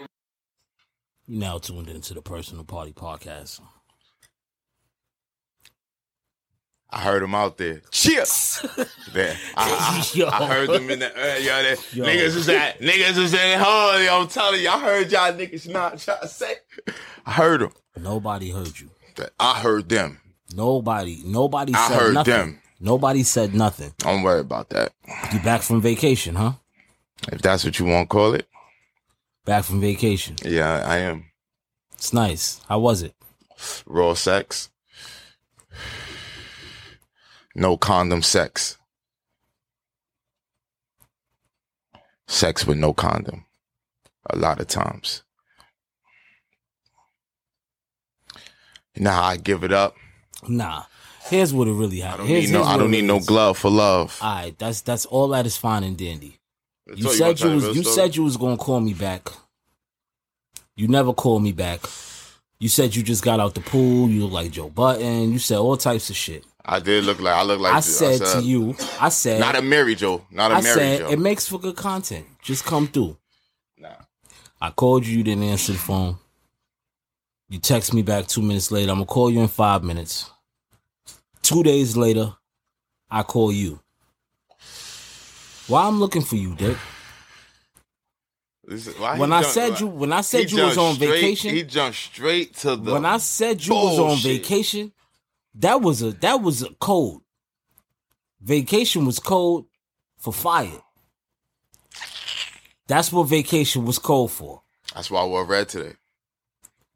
You now tuned into the Personal Party Podcast. I heard them out there. Chips. there. I, I- Yo. I heard them in the uh, yo, that, Yo. niggas is at niggas is at home. Yo, I'm telling you, I heard y'all niggas not trying to say. I heard them. Nobody heard you. I heard them. Nobody. Nobody I said heard nothing. them. Nobody said nothing. Don't worry about that. You back from vacation, huh? If that's what you want to call it. Back from vacation. Yeah, I am. It's nice. How was it? Raw sex. No condom sex. Sex with no condom. A lot of times. You know how I give it up? Nah. Here's what it really I happened. don't need no I don't need no glove for love. All right, that's that's all that is fine and dandy. That's You all said wanna you tell was me, you Bill said you was gonna call me back. You never called me back. You said you just got out the pool. You look like Joe Button. You said all types of shit. I did look like I look like I said to you, I said, Not a Mary Joe. Not a I Mary said Joe. it makes for good content. Just come through. nah. I called you, you didn't answer the phone. You text me back two minutes later. I'm gonna call you in five minutes. Two days later, I call you. Why I'm looking for you, Dick? This is- why he When I jumped- said you- when I said he you was jumped on straight- vacation- he jumped straight to the. when I said you was on bullshit. vacation, that was a that was a code. Vacation was code for fire. That's what vacation was code for. that's why I wore red today.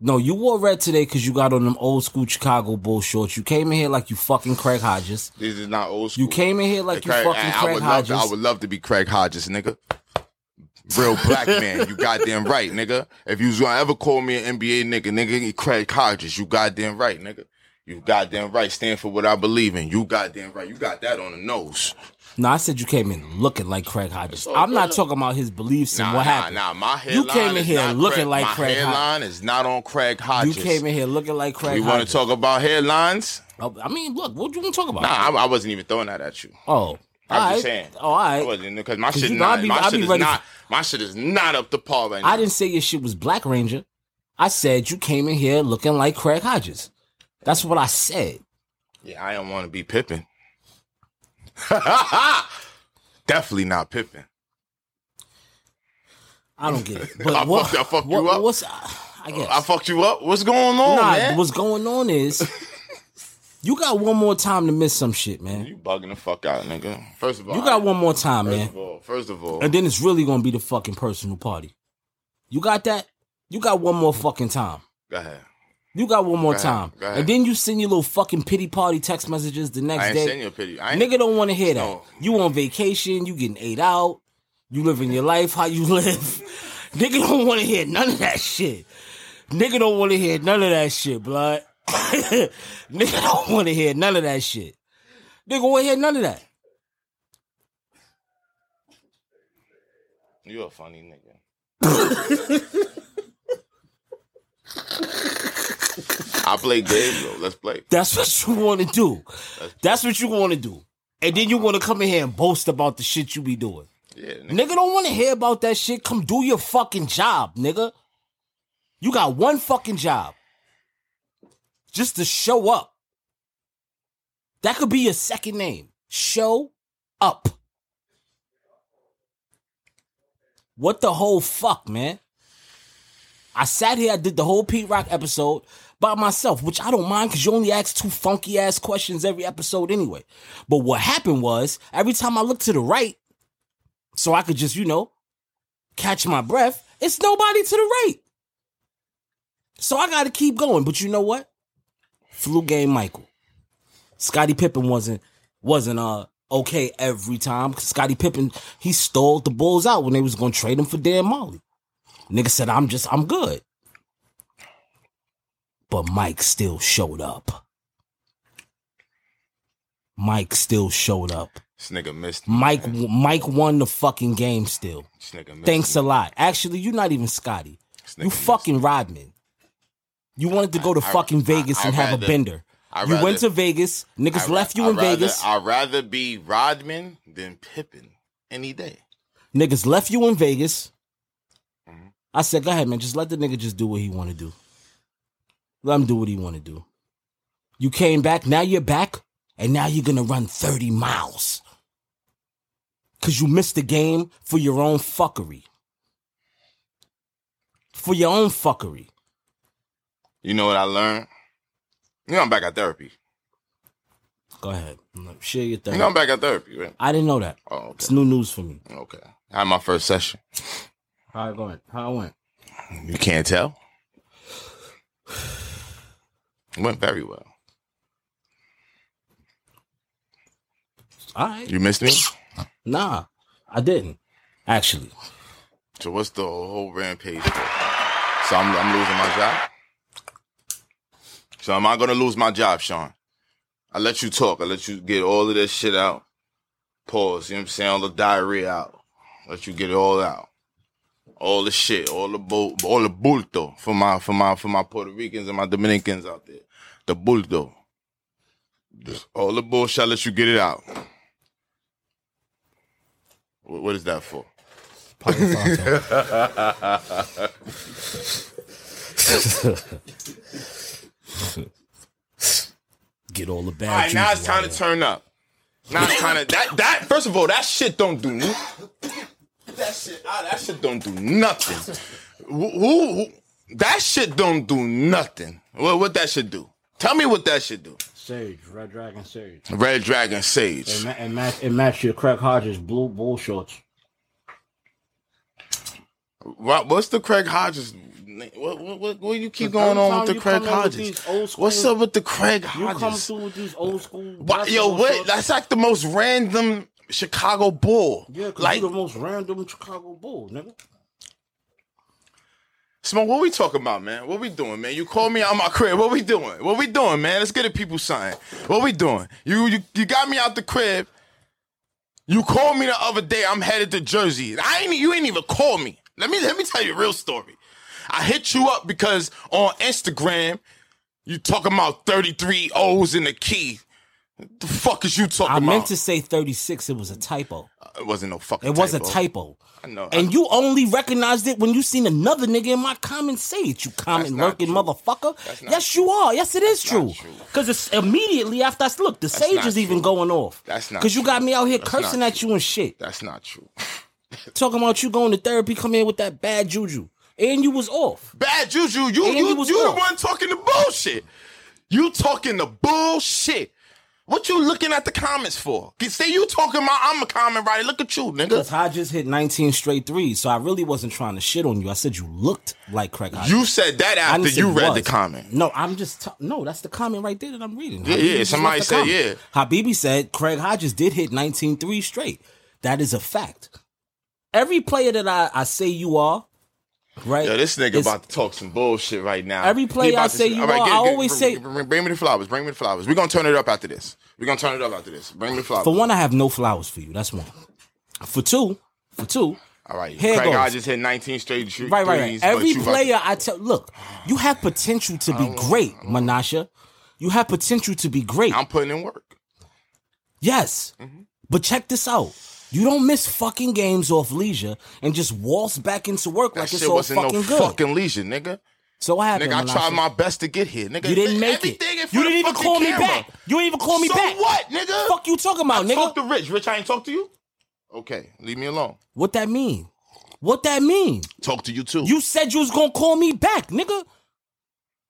No, you wore red today because you got on them old school Chicago bull shorts. You came in here like you fucking Craig Hodges. This is not old school. You came in here like you Craig- fucking I, I Craig would love Hodges. to, I would love to be Craig Hodges, nigga. Real black man, you goddamn right, nigga. If you was gonna ever call me an NBA nigga, nigga, you Craig Hodges, you goddamn right, nigga. You goddamn right. Stand for what I believe in. You goddamn right. You got that on the nose. no, I said you came in looking like Craig Hodges. I'm not talking about his beliefs and Nah, what nah, happened. nah. My You headline came in is here not looking Craig, like my Craig Hodges. headline is not on Craig you Hodges. came in here looking like Craig We want Hodges. to talk about headlines. Oh, I mean, look, what do you want to talk about? Nah, I, I wasn't even throwing that at you. Oh, I'm all right. just saying. Oh, all right. I wasn't because my 'Cause shit you know, I not be- my I shit be is ready not my shit is not up to par right now. I didn't say your shit was Black Ranger. I said you came in here looking like Craig Hodges. That's what I said. Yeah, I don't want to be Pippin. Definitely not Pippin. I don't get it. But I what, fucked- I fucked what- you up. What's I guess I fucked you up. What's going on, nah. man? What's going on is you got one more time to miss some shit, man. You bugging the fuck out, nigga. First of all, You got one more time, First man. of all, first of all, And then it's really gonna be the fucking personal party. You got that? You got one more fucking time. go ahead. You got one more Go ahead, time. go ahead. And then you send your little fucking pity party text messages the next I ain't day. sending you a pity. I ain't, Nigga don't want to hear that. No. You on vacation, you getting ate out, you living your life how you live. Nigga don't want to hear none of that shit. Nigga don't want to hear none of that shit, blood. Nigga don't want to hear none of that shit. Nigga want to hear none of that. you a funny nigga. I play games though. Let's play. That's what you want to do. That's what you want to do. and then you want to come in here and boast about the shit you be doing. Yeah, nigga. Nigga don't want to hear about that shit. Come do your fucking job, nigga. You got one fucking job. Just to show up. That could be your second name. Show up. What the whole fuck, man? I sat here, I did the whole Pete Rock episode by myself, which I don't mind because you only ask two funky ass questions every episode anyway. But what happened was, every time I looked to the right, so I could just, you know, catch my breath. It's nobody to the right. So I got to keep going. But you know what? Flu game Michael. Scottie Pippen wasn't wasn't uh okay every time. Cause Scottie Pippen, he stalled the Bulls out when they was gonna trade him for Dan Molly. Nigga said, I'm just I'm good. But Mike still showed up. Mike still showed up. This nigga missed. Mike Mike won the fucking game still. This nigga missed. Thanks a lot. Actually, you're not even Scotty. You missed. fucking Rodman. You wanted to go to I- fucking I- Vegas I and have rather- a bender. I you rather- went to Vegas. Niggas I- left you I'd in rather- Vegas. I'd rather be Rodman than Pippen any day. niggas left you in Vegas. Mm-hmm. I said, go ahead, man. Just let the nigga just do what he want to do. Let him do what he want to do. You came back. Now you're back, and now you're gonna run thirty miles because you missed the game for your own fuckery. For your own fuckery. You know what I learned? You know I'm back at therapy. Go ahead. Share your You thing. know I'm back at therapy, right? I didn't know that. Oh, It's okay. new news for me. Okay. I had my first session. How it going? How it went? You can't tell. It went very well. All right. You missed me? Nah, I didn't. Actually, So what's the whole rampage for? So I'm, I'm losing my job? So am I going to lose my job, Sean? I let you talk. I let you get all of this shit out. Pause. You know what I'm saying? All the diarrhea out. Let you get it all out. All the shit. All the bu- all the bulto for my for my for my Puerto Ricans and my Dominicans out there. The bulto. All the bullshit. I let you get it out. Wh- what is that for? get all the bad. All right, now juices it's out time to of it. turn up. Now it's time to that that first of all that shit don't do n- that shit ah, that shit don't do nothing. Who, who- who- that shit don't do nothing. What what that shit do? Tell me what that shit do. Sage, Red Dragon Sage. Red Dragon Sage. It, ma- it, match, it match your Craig Hodges blue bull shorts. What, what's the Craig Hodges? na- What what what, what you keep But every going on time with the you Craig come in with Hodges? these old school- What's up with the Craig You Hodges? come through with these old school. Why- yo, basketball what? shorts. That's like the most random Chicago Bull. yeah, because like you the most random Chicago bull, nigga. Smoke, what we talking about, man? What we doing, man? You call me out my crib. What we doing? What we doing, man? Let's get the people something. What we doing? You you, you got me out the crib. You called me the other day. I'm headed to Jersey. I ain't e, you ain't even call me. Let me let me tell you a real story. I hit you up because on Instagram you talking about 33 O's in the key. The fuck is you talking I about? meant to say 36. It was a typo. it wasn't no fucking. It was a typo. typo. I know. And you only recognized it when you seen another nigga in my comments say it. You comment That's not lurking true. motherfucker. not Yes, you are. Yes, it is not true. true. Because it's immediately after I s- look. The sage not is even true. going off. That's not Because you got true. me out here That's not cursing at you and shit. That's not true. Talking about you going to therapy, come in with that bad juju, and you was off. Bad juju. You And you, he you, was the off. one talking the bullshit. You talking the bullshit. What you looking at the comments for? Can say you talking about I'm a comment writer. Look at you, Because nigga. Hodges hit 19 straight threes, so I really wasn't trying to shit on you. I said you looked like Craig Hodges. You said that I after didn't say you read was. the comment. No, I'm just t- no. That's the comment right there that I'm reading. Yeah, yeah, just somebody left the said, comment. Habibi said Craig Hodges did hit 19 threes straight. That is a fact. Every player that I, I say you are, right? Yo, this nigga is- about to talk some bullshit right now. Every He play about I to- say you All right, are, get it, I get it. always Bring- say- bring, bring me the flowers. Bring me the flowers. We're gonna turn it up after this. We're gonna turn it up after this. Bring me the flowers. For one, I have no flowers for you. That's one. For two, for two, All right, Here it Craig goes. Hodges hit 19 straight shoo- right, right, right. threes, but Every you about to- player I tell, look, you have potential to be great, Menasha. You have potential to be great. I'm putting in work. Yes. Mm-hmm. But check this out. You don't miss fucking games off leisure and just waltz back into work That like it's shit all wasn't fucking no good. fucking leisure, nigga. so what happened? Nigga, I when tried said- my best to get here, nigga. You didn't Nigga, make it. everything in You didn't front of even the call fucking me camera. back. You didn't even call me so back. what, nigga? Fuck you talking about, nigga? Talk to Rich. Rich, I ain't talk to you. Okay, leave me alone. What that mean? What that mean? Talk to you too. You said you was gonna call me back, nigga.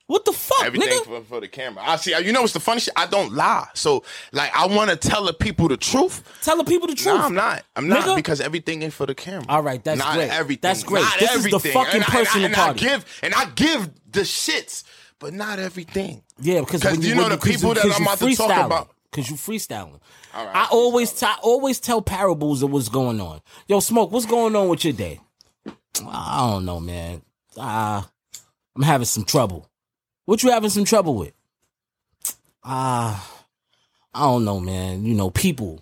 What the fuck, everything nigga? for, for the camera. I see. You know what's the funny shit? I don't lie. So like, I want to tell the people the truth. Tell the people the truth. No, I'm not. I'm not Nigga. because everything ain't for the camera. All right, that's not great. Everything. That's great. Not This is the everything. fucking and I, and I- personal and party. I give and I give the shits, but not everything. Yeah, because 'Cause when you know when the people that 'cause I'm you about to talk freestyling. about. Cause you freestyling. All right, I I'm always t- I always tell parables of what's going on. Yo, smoke, what's going on with your day? I don't know, man. Uh, I'm having some trouble. What you having some trouble with? Ah, I don't know, man. You know, people.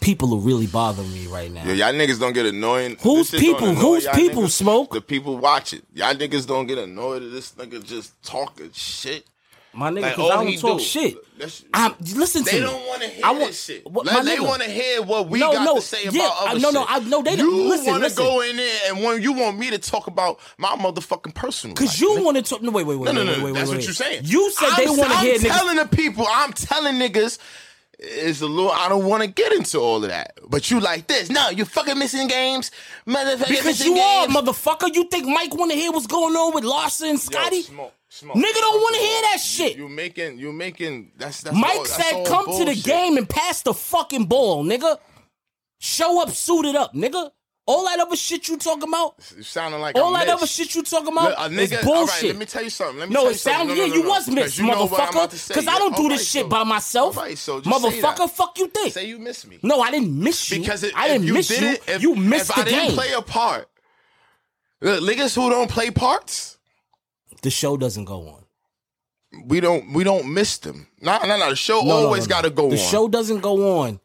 People are really bothering me right now. Yo, y'all niggas don't get annoying. Who's This shit don't people? annoy Who's y'all people, niggas. Smoke? The people watch it. Y'all niggas don't get annoyed at this nigga just talking shit. My nigga, Like, because all I he don't talk do- shit. that's- I'm, listen to They me. don't want to hear I want- this shit. What- Like, my they nigga. want to hear what we No, got no, to say yeah, about other I- no, no, shit. I- no, they don't- You listen, wanna listen. go in there and when you want me to talk about my motherfucking personal. Because life, you nigga. want to talk. No, wait, wait, wait. No, no, wait, no. wait, wait, that's wait, what you saying. You said they I'm- want to hear I'm niggas. telling the people. I'm telling niggas. It's a little. I don't want to get into all of that. But you like this. No, you fucking missing games, motherfucker. Because missing you are, games. motherfucker. You think Mike want to hear what's going on with Larson and Yo, Scotty? smoke, smoke. Nigga don't want to Smoke. hear that You- shit. You making. You making. That's that's. all- Mike that's said, all come to the bullshit. game and pass the fucking ball, nigga. Show up suited up, nigga. All that other shit you talking about, You sounding like all I that other missed. shit you talking Look, about a is nigga- bullshit. all right, let me tell you something. Let me no, tell you it sounds something. yeah, no, you no. was 'Cause missed, you know what I'm about to motherfucker. say. Because I Yeah, don't do all this right, shit so- by myself, All right, so just say that. motherfucker. Fuck you think? Say you miss me. no, I didn't miss you. Because if, I didn't if you miss did you. it, if, you missed if the I didn't game. play a part. Look, niggas who don't play parts, the show doesn't go on. we don't we don't miss them. No, no, no. The show No, no, always no, no. got to go The on. show doesn't go on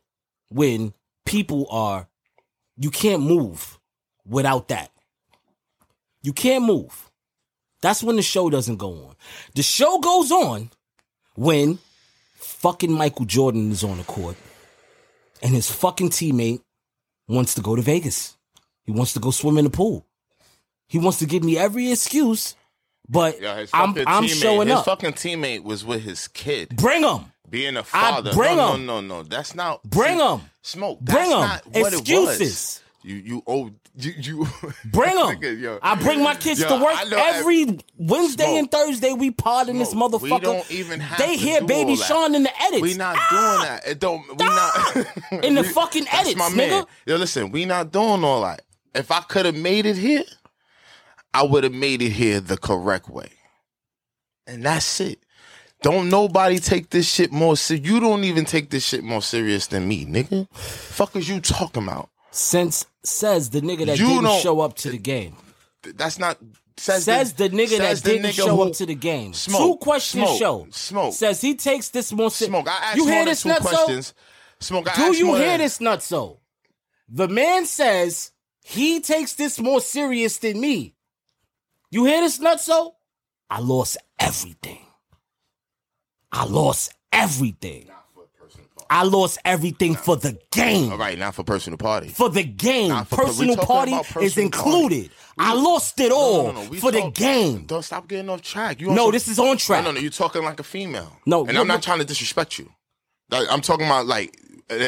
when people are. You can't move without that. You can't move. That's when the show doesn't go on. The show goes on when fucking Michael Jordan is on the court and his fucking teammate wants to go to Vegas. He wants to go swim in the pool. He wants to give me every excuse, but Yeah, his I'm, fucking I'm teammate- showing his up. fucking teammate was with his kid, Bring him. being a father. bring no, him. no, no, no. That's not. Bring see, him. Smoke. Bring That's 'em. not what It Excuses. was. You you owe you you. Bring Nigga, yo. them. I bring my kids Yo, to work I know every Wednesday Smoke. and Thursday. We pod in this Smoke. motherfucker. We don't even have they to hear do baby all that. Sean in the edits. We not Ah! doing that. It don't. We Ah! not In the We- fucking that's edits, my man. nigga. Yo, listen, we not doing all that. If I could have made it here, I would have made it here the correct way, and that's it. Don't nobody take this shit more serious. You don't even take this shit more serious than me, nigga. Fuck is you talking about? Since says the nigga that You didn't don't- show up to the game. Th- That's not Says, says, the, nigga says that the didn't nigga show who- up to the game. Smoke, two questions smoke, show. smoke. Says he takes this more. se- Smoke. I asked you more hear than this two nutso? questions. Smoke. I Do asked you more hear than- this nutso? The man says he takes this more serious than me. You hear this nutso? I lost everything. I lost everything. I lost everything for the game. All right, not for personal party. For the game. Nah, for- personal we talking party about personal is included. I lost it No, all no, no, no. We for talk- the game. Don't stop getting off track. You No, also- this is on track. No, no, no. You're talking like a female. No, and what- I'm not what- trying to disrespect you. Like, I'm talking about like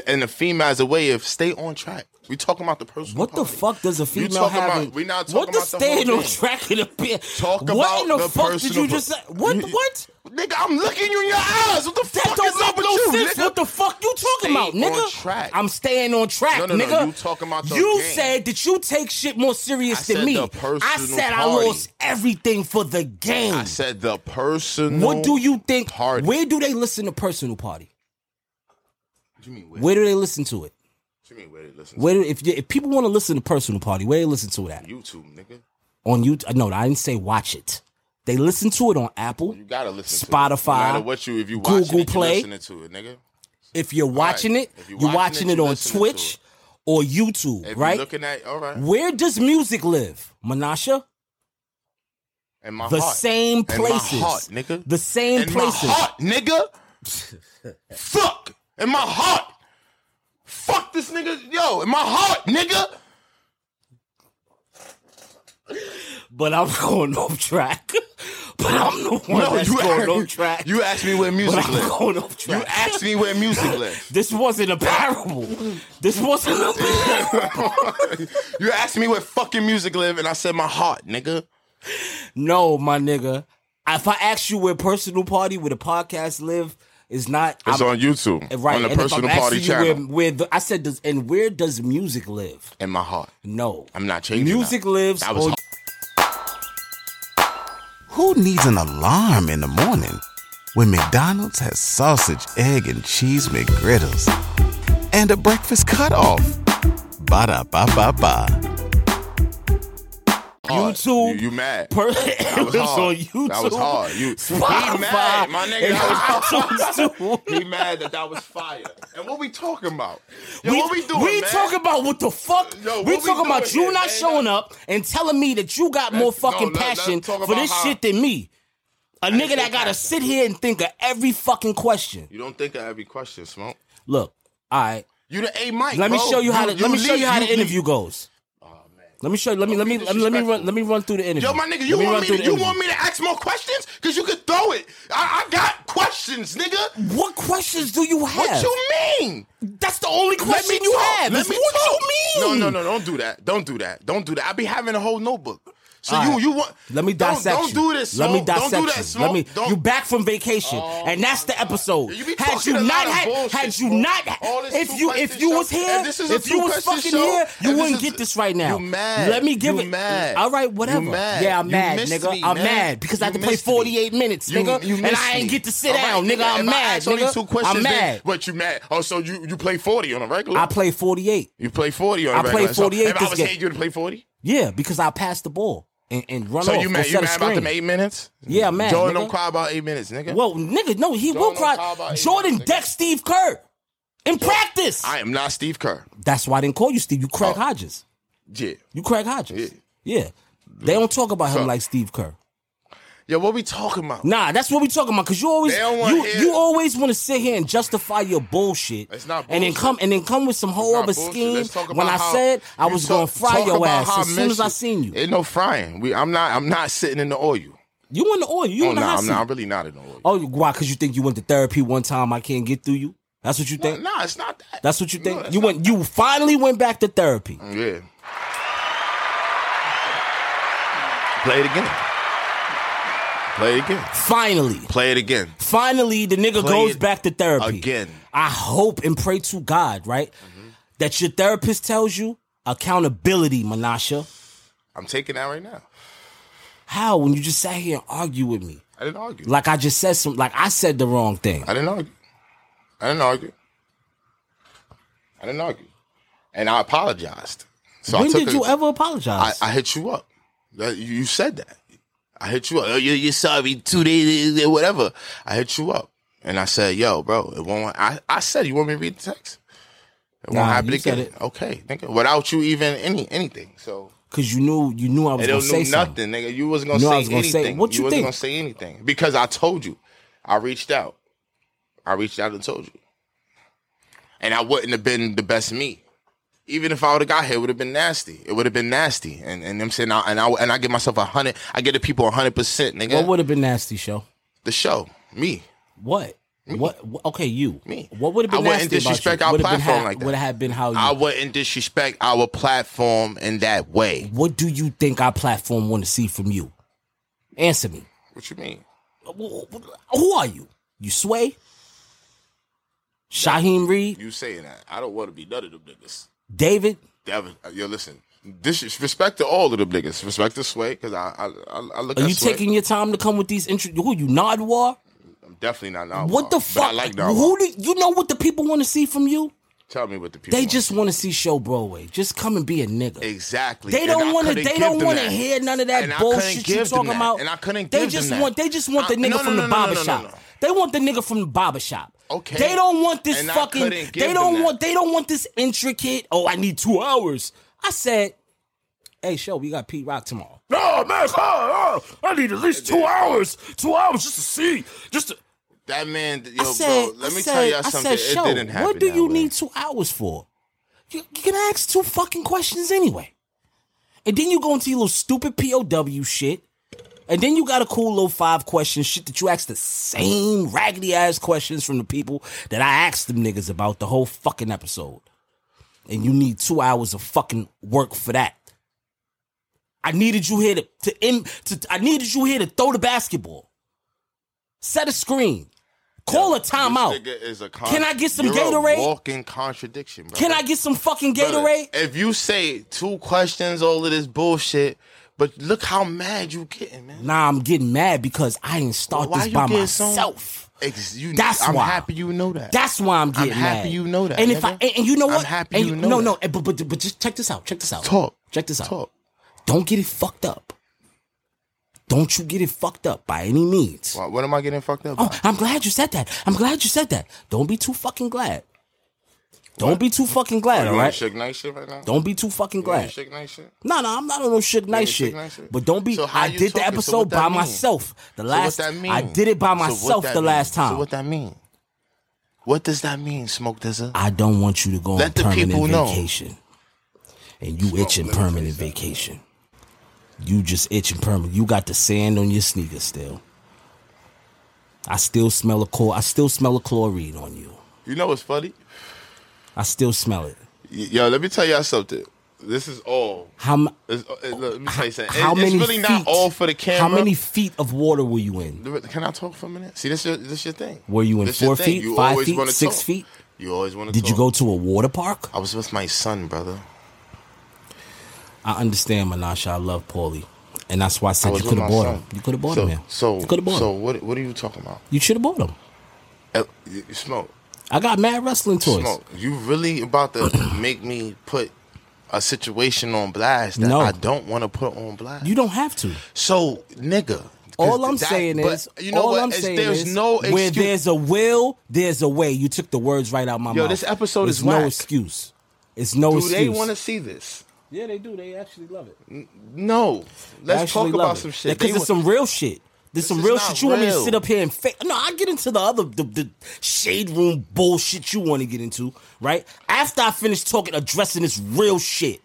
in a female as a way of stay on track. We talking about the personal. What the party. fuck does a You female talking have? about- we not what talking the about the whole stand on thing. track in the pit? Talk what about in the, the fuck did personal you just say? per- What? You- What? Nigga, I'm looking you in your eyes. What the That fuck don't is up make with no you, sense. nigga? What the fuck you talking Stay about, nigga? on track. I'm staying on track, No, no, no, nigga. you talking about the You game. said that you take shit more serious I than said me. the personal I said I party. lost everything for the game. I said the personal. what do you think? Party. Where do they listen to personal party? What you mean? Where, Where do they listen to it? what you mean? Where they listen? Where do, if you- if people want to listen to personal party, where they listen to it at? to YouTube, nigga. On YouTube? No, I didn't say watch it. They listen to it on Apple. You gotta listen. to it. No Spotify, matter what you, if you watch Google it, you Play. listening to it, nigga. If you're watching Right. it, If you're, you're watching, watching it, it, you on listening to Twitch it. or YouTube, If right? you looking at all right, Where does music live, Menasha? in my The heart. same In my places. heart, nigga. The same in places. my heart, nigga. Fuck. In my heart. Fuck this nigga. Yo, in my heart, nigga. But I'm going off track. but I'm the one that's going off track. You asked me where but music I'm lives. going off You track. asked me where music lives. this wasn't a parable. This wasn't a parable. You asked me where fucking music live, and I said my heart, nigga. No, my nigga. If I ask you where personal party, where the podcast live, is not. It's I'm- on YouTube, right. on the and if personal I'm party asking you channel. Where, where the, I said, does and where does music live? In my heart, No, I'm not changing. Music that. lives That was on- hard. Who needs an alarm in the morning when McDonald's has sausage, egg, and cheese McGriddles and a breakfast cutoff? Ba da ba ba ba. Hard. YouTube. You, you mad? per- That was lives hard. on YouTube. That was hard. You Spotify, he mad, my nigga. and That was iTunes, hard. too. he mad that that was fire. And what we talking about? Yo, we, what we doing? we man? talking about what the fuck? Yo, what we we talking about doing you here, not man? showing up and telling me that you got more Let's- no, fucking let- let's passion talk for about this how- shit than me. A nigga shit that gotta passion. sit here and think of every fucking question. You don't think of every question, smoke. Look, all right. You the A mic. Let me bro. show you how to, let me show lead- you how the lead. interview goes. Let me show you. Let me let Oh, Don't me be let me let me run disrespectful. let me run through the interview. Yo, my nigga, you Let run want through me? To, the you interview. want me to ask more questions? Cause you can throw it. I, I got questions, nigga. What questions do you have? What you mean? That's the only question you talk. have. Let is me what talk. you mean? No, no, no, don't do that. Don't do that. Don't do that. I be having a whole notebook. So All you, right. you want? Let me don't- dissect Don't, you. do this. Let me Smoke. dissect Don't do that. you. Smoke. Let me. Don't. Oh, You back from vacation, and that's the episode. You be had talking you a not lot of had, bullshit, had you bro. not, All this if you if two-question you was show, here, and this is a if you was fucking two-question show, here, you and this wouldn't is- get this right now. You mad. Let me give You it. mad. All right, You whatever. mad. Yeah, I'm You mad, missed nigga. me, I'm man. mad because I had to You play missed me. 48 minutes, You- nigga, you and missed I ain't me. get to sit All right, down, nigga. I'm if I mad, ask only nigga. two questions, I'm then mad. What you mad? Oh, so you you play forty on a regular? I play 48. you play forty on a I play regular. So 48 If I this was game. saying you to play forty, Yeah, because I passed the ball and, and run so off. you or mad? You set a mad about screen. them eight minutes? Yeah, I'm mad, Jordan nigga. don't cry about eight minutes, nigga. Well, nigga, no, he will Jordan cry. Carver is- Jordan decked Steve Kerr in practice. I Oh. am not Steve Kerr. That's why I didn't call you Steve. You Craig Hodges. Yeah. You Craig Hodges. Yeah. They don't talk about him So- like Steve Kerr. Yo, what we talking about? Nah, that's what we talking about. Cause you always They don't wanna you, hear- you always want to sit here and justify your bullshit. It's not And then bullshit. come and then come with some whole Nah, other bullshit. scheme. Let's talk When about I how- said I you was talk- gonna fry talk your about ass how as soon as I Memphis- seen you. Ain't no frying. We, I'm not. I'm not sitting in the oil. you in the oil. You oh, in the nah, hot I'm, seat. not, I'm really not in the oil. Oh, why? Cause you think you went to therapy one time. I can't get through you. That's what you no, think. nah, it's not that. That's what you think. No, it's you went. You finally went back to therapy. not- Yeah. Play it again. Play it again. Finally. Play it again. Finally, the nigga Play goes it back to therapy. again. Mm-hmm. I hope and pray to God, right? That your therapist tells you accountability, Menasha. I'm taking that right now. How when you just sat here and argue with me? I didn't argue. Like I just said some like I said the wrong thing. I didn't argue. I didn't argue. I didn't argue. And I apologized. So I when took did a- you ever I, apologize? I hit you up. That- You you said that. I hit you up. Oh, you- you're sorry, two days, eh, whatever. I hit you up. And I said, yo, bro, it won't. I, I said, you want me to read the text? It won't Nah, happen you said again. Okay, nigga. Without you even any anything. So Cause you knew you knew I was it gonna don't say do something. nothing, nigga. You wasn't gonna No, I say was gonna say, anything. what you wasn't think? gonna say anything. Because I told you. I reached out. I reached out and told you. And I wouldn't have been the best me. Even if I would have got here, it would have been nasty. It would have been nasty. And and I'm saying, I, and I and I give myself a hundred. I give the people a hundred percent, nigga. What would have been nasty, show? the show me? What? What? wh- Okay, you. Me. What would have been I wouldn't nasty disrespect about our you? Would've been platform how- like that. Would have been how Oh, you? I wouldn't disrespect our platform in that way. what do you think our platform want to see from you? Answer me. What you mean? Who are you? You Sway? Shaheem Reed? You saying that? I don't want to be none of them niggas. David? Devin, uh, yo, listen. Disrespect to all of them niggas. Respect to Sway because I, I I I look. Are at you Sway. taking your time to come with these intro? Who you, Nardwar? I'm definitely not Nawab. What the but fuck? I like Nawab. Who do you know what the people want to see from you? Tell me what the people. They want. just want to see Show Broadway. Just come and be a nigga. Exactly. They And I don't want to. couldn't They give don't them want to that. hear none of that And I couldn't bullshit you give them talking that. about. And I couldn't They give just them that. want. They just want the I- nigga no, no, from no, the no, no, no, barber no, shop. no. They want the nigga from the barber shop. Okay. They don't want this And I fucking. couldn't give They don't them want. that. They don't want this intricate. Oh, I need two hours. I said, "Hey, show we got Pete Rock tomorrow." No man, I need at least two hours. Two hours just to see. Just to. That man, I yo, said, bro, let I me said, tell I y'all said, something. "Show, it didn't happen. What do that you way. need two hours for? You, you can ask two fucking questions anyway. And then you go into your little stupid POW shit. And then you got a cool little five question shit that you ask the same raggedy ass questions from the people that I asked them niggas about the whole fucking episode. And you need two hours of fucking work for that. I needed you here to, to, im- to I needed you here to throw the basketball. Set a screen. Call a This timeout. nigga is a con- Can I get some You're a Gatorade? walking contradiction, bro. Can I get some fucking Brother, Gatorade? If you say two questions, all of this bullshit, but look how mad you getting, man. Nah, I'm getting mad because I didn't start Why this you by getting so- myself. Ex- you- That's I'm why. happy you know that. That's why I'm getting happy mad. you know that, And if I nigga. and, and you know I'm what? happy And you know no that. no. and- But, but but just check this out. Check this out. talk. Check this out. Talk. Don't get it fucked up. Don't you get it fucked up by any means. Why- Uh, What am I getting fucked up? Oh, by? I'm glad you said that. I'm glad you said that. Don't be too fucking glad. Don't be too fucking Oh, glad, you all want right? Suge Knight shit right now? Don't be too fucking You want glad. Suge Knight shit? No, no, I'm not on no shit nice ain't shit. Suge Knight shit? But don't be. So how I you did the talking? episode So what that by mean? myself. The So last what that mean? I did it by So what myself that the mean? last time. So what that mean? What does that mean, Smoke Dizzle? I don't want you to go Let on the permanent people know. vacation. And you itching permanent vacation. You just itching permanent. You got the sand on your sneakers still. I still smell a chlor. I still smell a chlorine on you. You know what's funny? I still smell it. Y- Yo, let me tell y'all something. This is all. How m- It's, uh, look, let me tell you something. how It- many it's really feet, not all for the camera. How many feet of water were you in? Can I talk for a minute? See, this your this your thing. Were you in This your four thing. feet, You five always feet, wanna six talk. feet? You always want to. Did you go to a water park? I was with my son, brother. I understand, Menasha. I love Paulie, and that's why I I said was you with could have my bought son. him. You could have bought so, him, man. So, you could have bought so him. what? What are you talking about? You should have bought him. Uh, you- you Smoke, I got mad wrestling toys. smoke. You really about to make me put a situation on blast that No. I don't want to put on blast. You don't have to. So, nigga. 'cause All I'm that- saying but is, you know all what? I'm It's- saying there's is, no excuse. where there's a will, there's a way. You took the words right out my Yo, mouth. this episode There's is no whack. excuse. It's no Do excuse. they want to see this? Yeah, they do. They actually love it. No. Let's Actually talk about love it. some shit. Because They there's wa- some real shit. There's some is real not shit. You want me to real. sit up here and fake? No, I get into the other the, the shade room bullshit you want to get into, right? After I finish talking, addressing this real shit.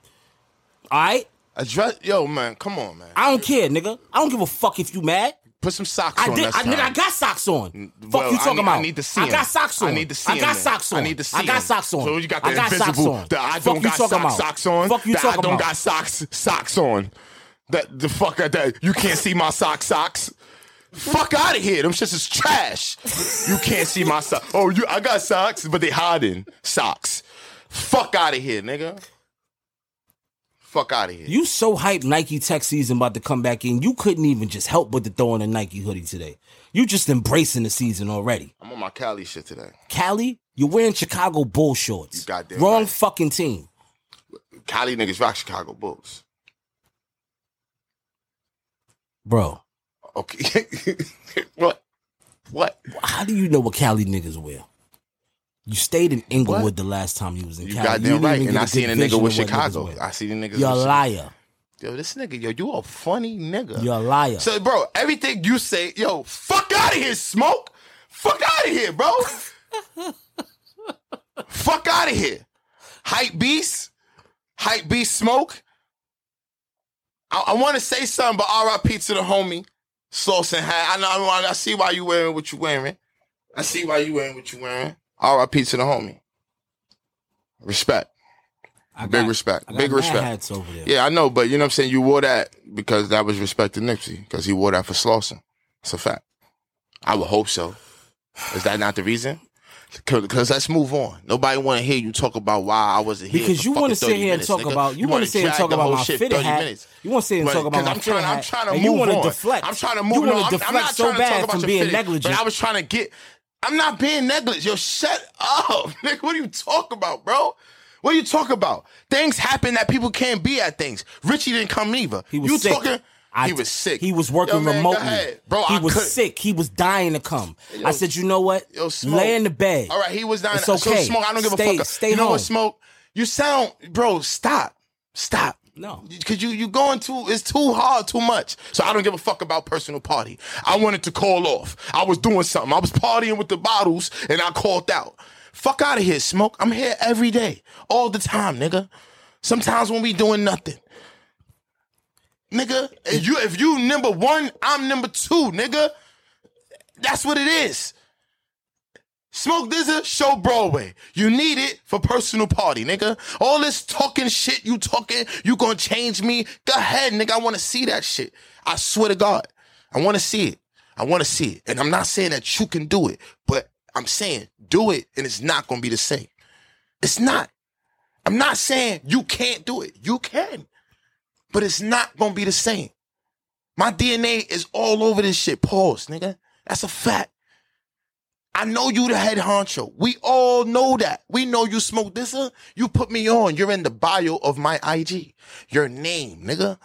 All right, address. Yo, man, come on, man. I don't care, nigga. I don't give a fuck if you mad. Put some socks I on. did. next I, nigga, I time. got socks on. Fuck Well, you I talking need- about? I need to see. I got him. socks on. I need to see. I got him, man. socks on. I need to see. I got him. socks on. So you got the I got socks invisible. on. The I Fuck don't you got talking socks, about? socks on. Fuck you the I talking don't about? got socks socks on. That the fuck out that you can't see my sock socks. Fuck out of here. Them shits is trash. you can't see my socks. Oh, you I got socks, but they hiding socks. Fuck out of here, nigga. Fuck out of here. You so hyped Nike tech season about to come back in, you couldn't even just help but to throw on a Nike hoodie today. You just embracing the season already. I'm on my Cali shit today. Cali, you're wearing Chicago Bull shorts. You goddamn Wrong right. fucking team. Cali niggas rock Chicago Bulls. Bro, Okay. what? What? how do you know what Cali niggas wear? You stayed in Inglewood the last time you was in You Cali. goddamn didn't right. even And get I good seen a vision nigga of with what niggas Chicago. Ah, wear. I seen the niggas You're a with liar. Yo, this nigga, yo, you a funny nigga. You're a liar. So, bro, everything you say, yo, fuck out of here, smoke. Fuck out of here, bro. fuck out of here. Hype beast. Hype beast smoke. I, I want to say something, but RIP to the homie. Sauce and hat. I know I, know- I see why you wearing what you wearing. I see why you wearing what you wearing. RIP to the homie. Respect. I Big got- respect. I got Big mad respect. hats over there. Yeah, I know, but you know what I'm saying? You wore that because that was respect to Nipsey, because he wore that for Slauson. It's a fact. I would hope so. Is that not the reason? Because let's move on. Nobody want to hear you talk about why I wasn't here. Because for you fucking want to 30 sit here and minutes, talk nigga. about you wanna want to sit here and drag talk the about whole my shit fitted 30 hat. minutes. You want to sit here and But- talk about 'cause my I'm fitted trying, hat. I'm trying to and move you wanna on. deflect. I'm trying to You move. wanna no, I'm, I'm deflect not so trying to bad talk about from your being fitted, negligent. But I was trying to get. I'm not being negligent. Yo, shut up, nigga. What are you talking about, bro? What are you talking about? Things happen that people can't be at things. Richie didn't come either. He was you sick. talking? I- he was sick. He was working Yo, man, go remotely. ahead. bro. he I was could, sick. He was dying to come. I said, you know what? Yo, smoke. Lay in the bed. All right, he was dying. It's okay. So smoke. I don't give Stay- a fuck. Stay you know home. what, smoke? You sound, bro. Stop, stop. No. Cause you you going too it's too hard too much. So I don't give a fuck about personal party. I wanted to call off. I was doing something. I was partying with the bottles and I called out. Fuck out of here, smoke. I'm here every day, all the time, nigga. Sometimes when we doing nothing. Nigga, if you if you number one, I'm number two, nigga. That's what it is. Smoke Dizza, show Broadway. You need it for personal party, nigga. All this talking shit you talking, you gonna change me. Go ahead, nigga. I wanna see that shit. I swear to God. I wanna see it. I wanna see it. And I'm not saying that you can do it, but I'm saying do it and it's not gonna be the same. It's not. I'm not saying you can't do it. You can. But it's not gonna be the same. My DNA is all over this shit. Pause, nigga. That's a fact. I know you the head honcho. We all know that. We know you smoke this. uh, You put me on. You're in the bio of my IG. Your name, nigga.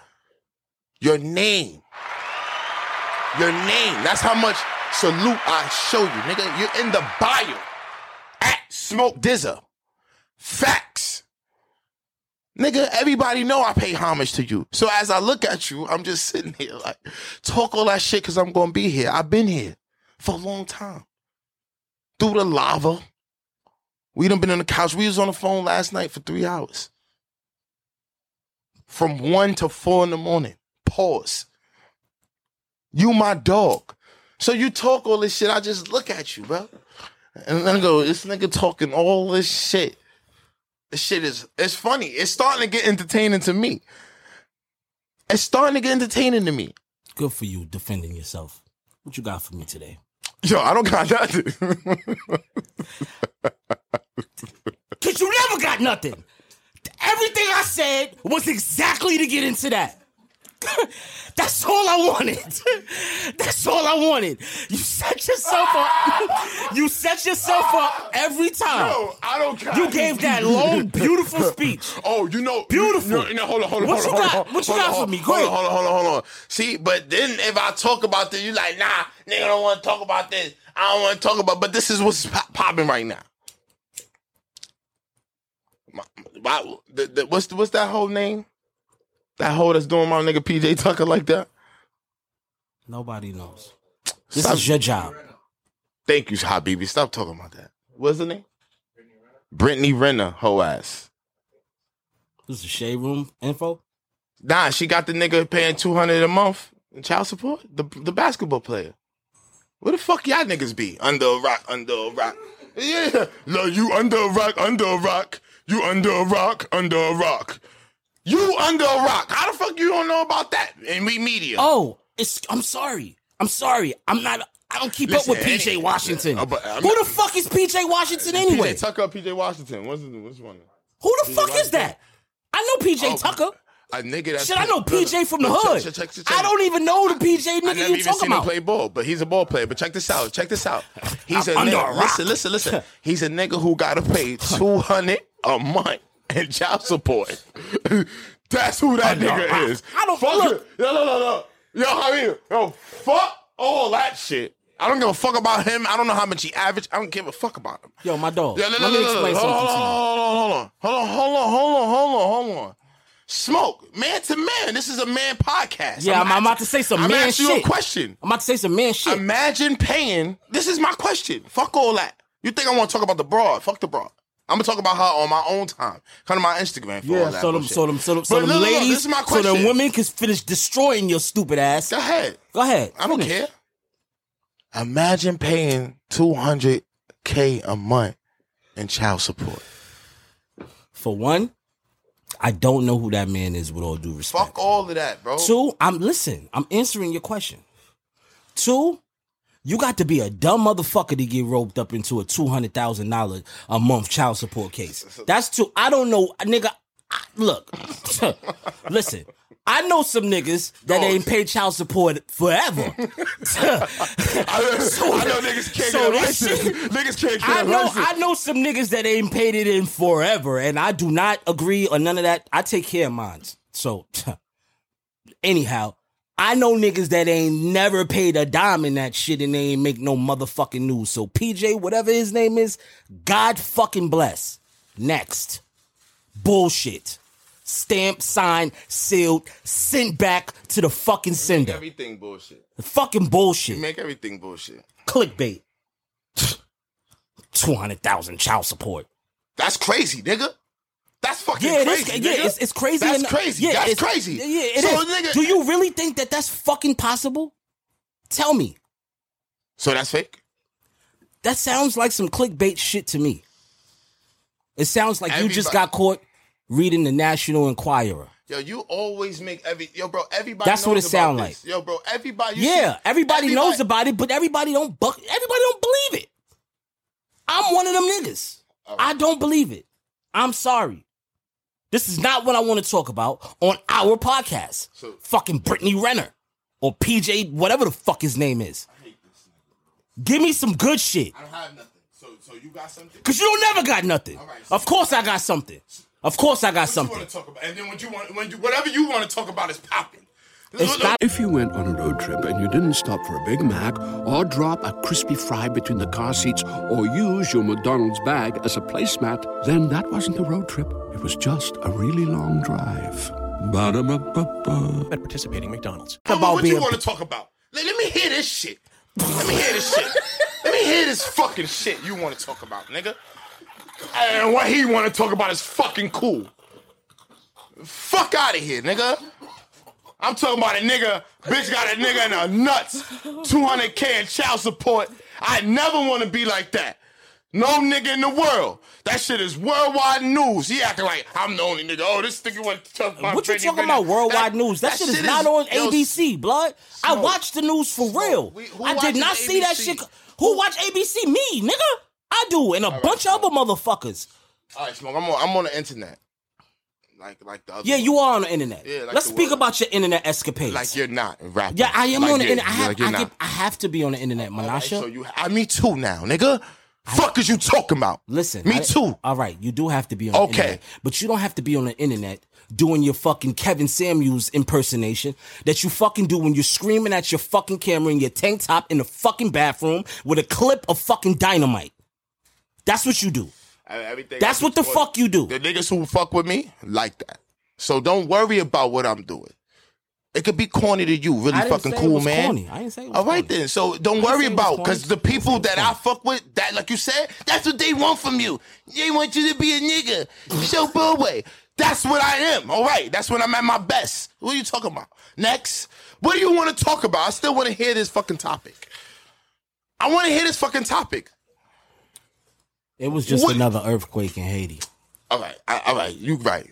Your name. Your name. That's how much salute I show you, nigga. You're in the bio. At Smoke Dizza. Facts. Nigga, everybody know I pay homage to you. So as I look at you, I'm just sitting here like, talk all that shit because I'm gonna be here. I've been here for a long time. Through the lava. We done been on the couch. We was on the phone last night for three hours. From one to four in the morning. Pause. You my dog. So you talk all this shit. I just look at you, bro. And then I go, this nigga talking all this shit. This shit is it's funny. It's starting to get entertaining to me. It's starting to get entertaining to me. Good for you defending yourself. What you got for me today? Yo, I don't got nothing. Cause you never got nothing. Everything I said was exactly to get into that. That's all I wanted. That's all I wanted. You set yourself up. You set yourself up every time. No, I don't got You gave that long, beautiful speech. Oh, you know, Beautiful. No, no, hold on, hold on, What hold you on, got- hold on, what you hold got on, for hold me? on, Go hold on, ahead. hold on, hold on, hold on. See, but then if I talk about this, you like, nah, nigga, don't want to talk about this. I don't want to talk about. But this is what's pop- popping right now. My, my, the, the, what's the, what's that whole name? That hoe that's doing my nigga PJ Tucker like that. Nobody knows. This Stop- is your job. Thank you, Habibi. Stop talking about that. What's the name? Brittany Renner, hoe ass. This is shade room info. Nah, she got the nigga paying two hundred a month in child support. The the basketball player. Where the fuck y'all niggas be under a rock? Under a rock. Yeah, no, you under a rock, under a rock. You under a rock, under a rock. You under a rock. How the fuck you don't know about that? And we media. Oh, it's. I'm sorry. I'm sorry. I'm not. I don't keep Listen, up with PJ any- Washington. Uh, but I'm Who not- the fuck is PJ Washington anyway? PJ Tucker, PJ Washington. What's his, what's his one? Who the fuck is that? I know PJ Oh, Tucker. A nigga that's Shit, I know PJ from the Check- hood. check- check- check- I don't even know the PJ I nigga never you even talking seen him about. play ball, but he's a ball player. But check this out. Check this out. He's I'm a under nigga. a rock. Listen, listen, listen. He's a nigga who gotta pay two hundred a month in child support. That's who that Under a nigga rock. is. I don't- fuck look. it. No, no, no, no. Yo, Javier. Yo, fuck all that shit. I don't give a fuck about him. I don't know how much he averaged. I don't give a fuck about him. Yo, my dog. Yeah, no, let no, me no, no, explain no. something Hold to you. on, hold on, hold on, hold on, hold on, hold on, hold on. Smoke, man to man. This is a man podcast. Yeah, I'm- I'm about to say some I'm man asking you a shit. question. I'm about to say some man shit. Imagine paying. This is my question. Fuck all that. You think I want to talk about the broad? Fuck the broad. I'm gonna talk about her on my own time. Come to my Instagram for all yeah, that. so them, bullshit. so them, so them, so But them no, no, no, ladies, this is my so them question. women can finish destroying your stupid ass. Go ahead. Go ahead. I don't Finish. care. Imagine paying 200k a month in child support. For one, I don't know who that man is. With all due respect. Fuck all of that, bro. Two, I'm listen. I'm answering your question. Two, you got to be a dumb motherfucker to get roped up into a two hundred thousand dollar a month child support case. That's two. I don't know, nigga. I, look, listen. I know some niggas that ain't paid child support forever. I, I know niggas can't so get a that license. shit- niggas can't get I a know license. I know some niggas that ain't paid it in forever, and I do not agree on none of that. I take care of mine. So anyhow, I know niggas that ain't never paid a dime in that shit and they ain't make no motherfucking news. So PJ, whatever his name is, God fucking bless. Next. Bullshit. stamped, signed, sealed, sent back to the fucking sender. Everything bullshit. Fucking You bullshit. make everything bullshit. Clickbait. 200,000 child support. That's crazy, nigga. That's fucking Yeah, it is, crazy. yeah, nigga. it's, it's crazy. That's and- crazy. Yeah, that's it's- crazy. Yeah, it so, is. Nigga, Do you really think that that's fucking possible? Tell me. So that's fake. That sounds like some clickbait shit to me. It sounds like you just Everybody- got caught reading the National Enquirer. Yo, you always make every yo, bro. Everybody. That's knows what it about sound this. Yo, bro. Everybody. you yeah, see- everybody, knows about it, but everybody don't buck. Everybody don't believe it. I'm one of them niggas. I don't believe it. I'm sorry. This is not what I want to talk about on our podcast. So- Fucking Brittany Renner or PJ, whatever the fuck his name is. Give me some good shit. I don't have nothing. So, so you got something. Cause you don't never got nothing. right, so- of course I got something. Of course I got You something. want to talk about, and then when you want, when you whatever you want to talk about is popping. It's not If you went on a road trip and you didn't stop for a Big Mac or drop a crispy fry between the car seats or use your McDonald's bag as a placemat, then that wasn't a road trip. It was just a really long drive. Ba-da-ba-ba-ba. At participating McDonald's. Tell me about what being- you want to talk about. Let, let me hear this shit. Let me hear this shit. let me hear this fucking shit you want to talk about, nigga. And what he want to talk about is fucking cool. Fuck out of here, nigga. I'm talking about a nigga, bitch got a nigga in her nuts, 200k in child support. I never want to be like that. No nigga in the world. That shit is worldwide news. He acting like I'm the only nigga. Oh, this nigga want to talk about. What you Britney talking Renner. about? Worldwide That- news. That, shit is not on yo, ABC, blood. I Smoke. watched the news for real. We- who I did watches not see that ABC? shit. Who watch ABC? Me, nigga. I do, and a bunch of other motherfuckers. All right, smoke. I'm on. I'm on the internet. Like, like the other. Yeah, one. you are on the internet. Yeah, like Let's the speak world. about your internet escapades. Like you're not a rapper. yeah, I am Like, on the yeah, internet. I have, like, you're I, not. get, I have to be on the internet, Manasha. So you. I, me too now, nigga. Fuck is you talking about? Listen, Me I- Uh, too. All right, you do have to be on. the Okay. internet, but you don't have to be on the internet doing your fucking Kevin Samuels impersonation that you fucking do when you're screaming at your fucking camera in your tank top in the fucking bathroom with a clip of fucking dynamite. That's what you do. I- everything. That's I do what the for- fuck you do. The niggas who fuck with me like that. So don't worry about what I'm doing. It could be corny to you, really I didn't fucking say it cool, was man. corny. I didn't say it was All right corny. then. So don't I didn't worry say it was about corny. because the I didn't say people it was that I fuck with, that like you said, that's what they want from you. They want you to be a nigga. Show boy. That's what I am. All right. That's when I'm at my best. What are you talking about? Next. What do you want to talk about? I still want to hear this fucking topic. I want to hear this fucking topic. It was just What- another earthquake in Haiti. All right. I- all right. You right.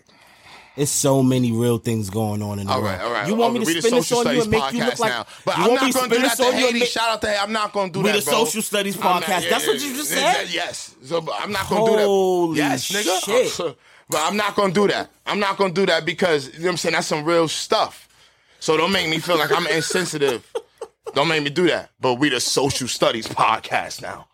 It's so many real things going on in the All world. right, all right. You want Oh, me we to the spin this social on you and studies make you podcast look like? now. But you I'm want me not going to do spin that to this on you and Haiti. make- Shout out to Haiti. I'm not going to do We that, the bro. social studies I'm not- podcast. That's what you just said? Yes. So, but I'm not going to do that. Holy yes, nigga. shit. but I'm not going to do that. I'm not going to do that because, you know what I'm saying, that's some real stuff. So don't make me feel like I'm insensitive. Don't make me do that. But we the social studies podcast now.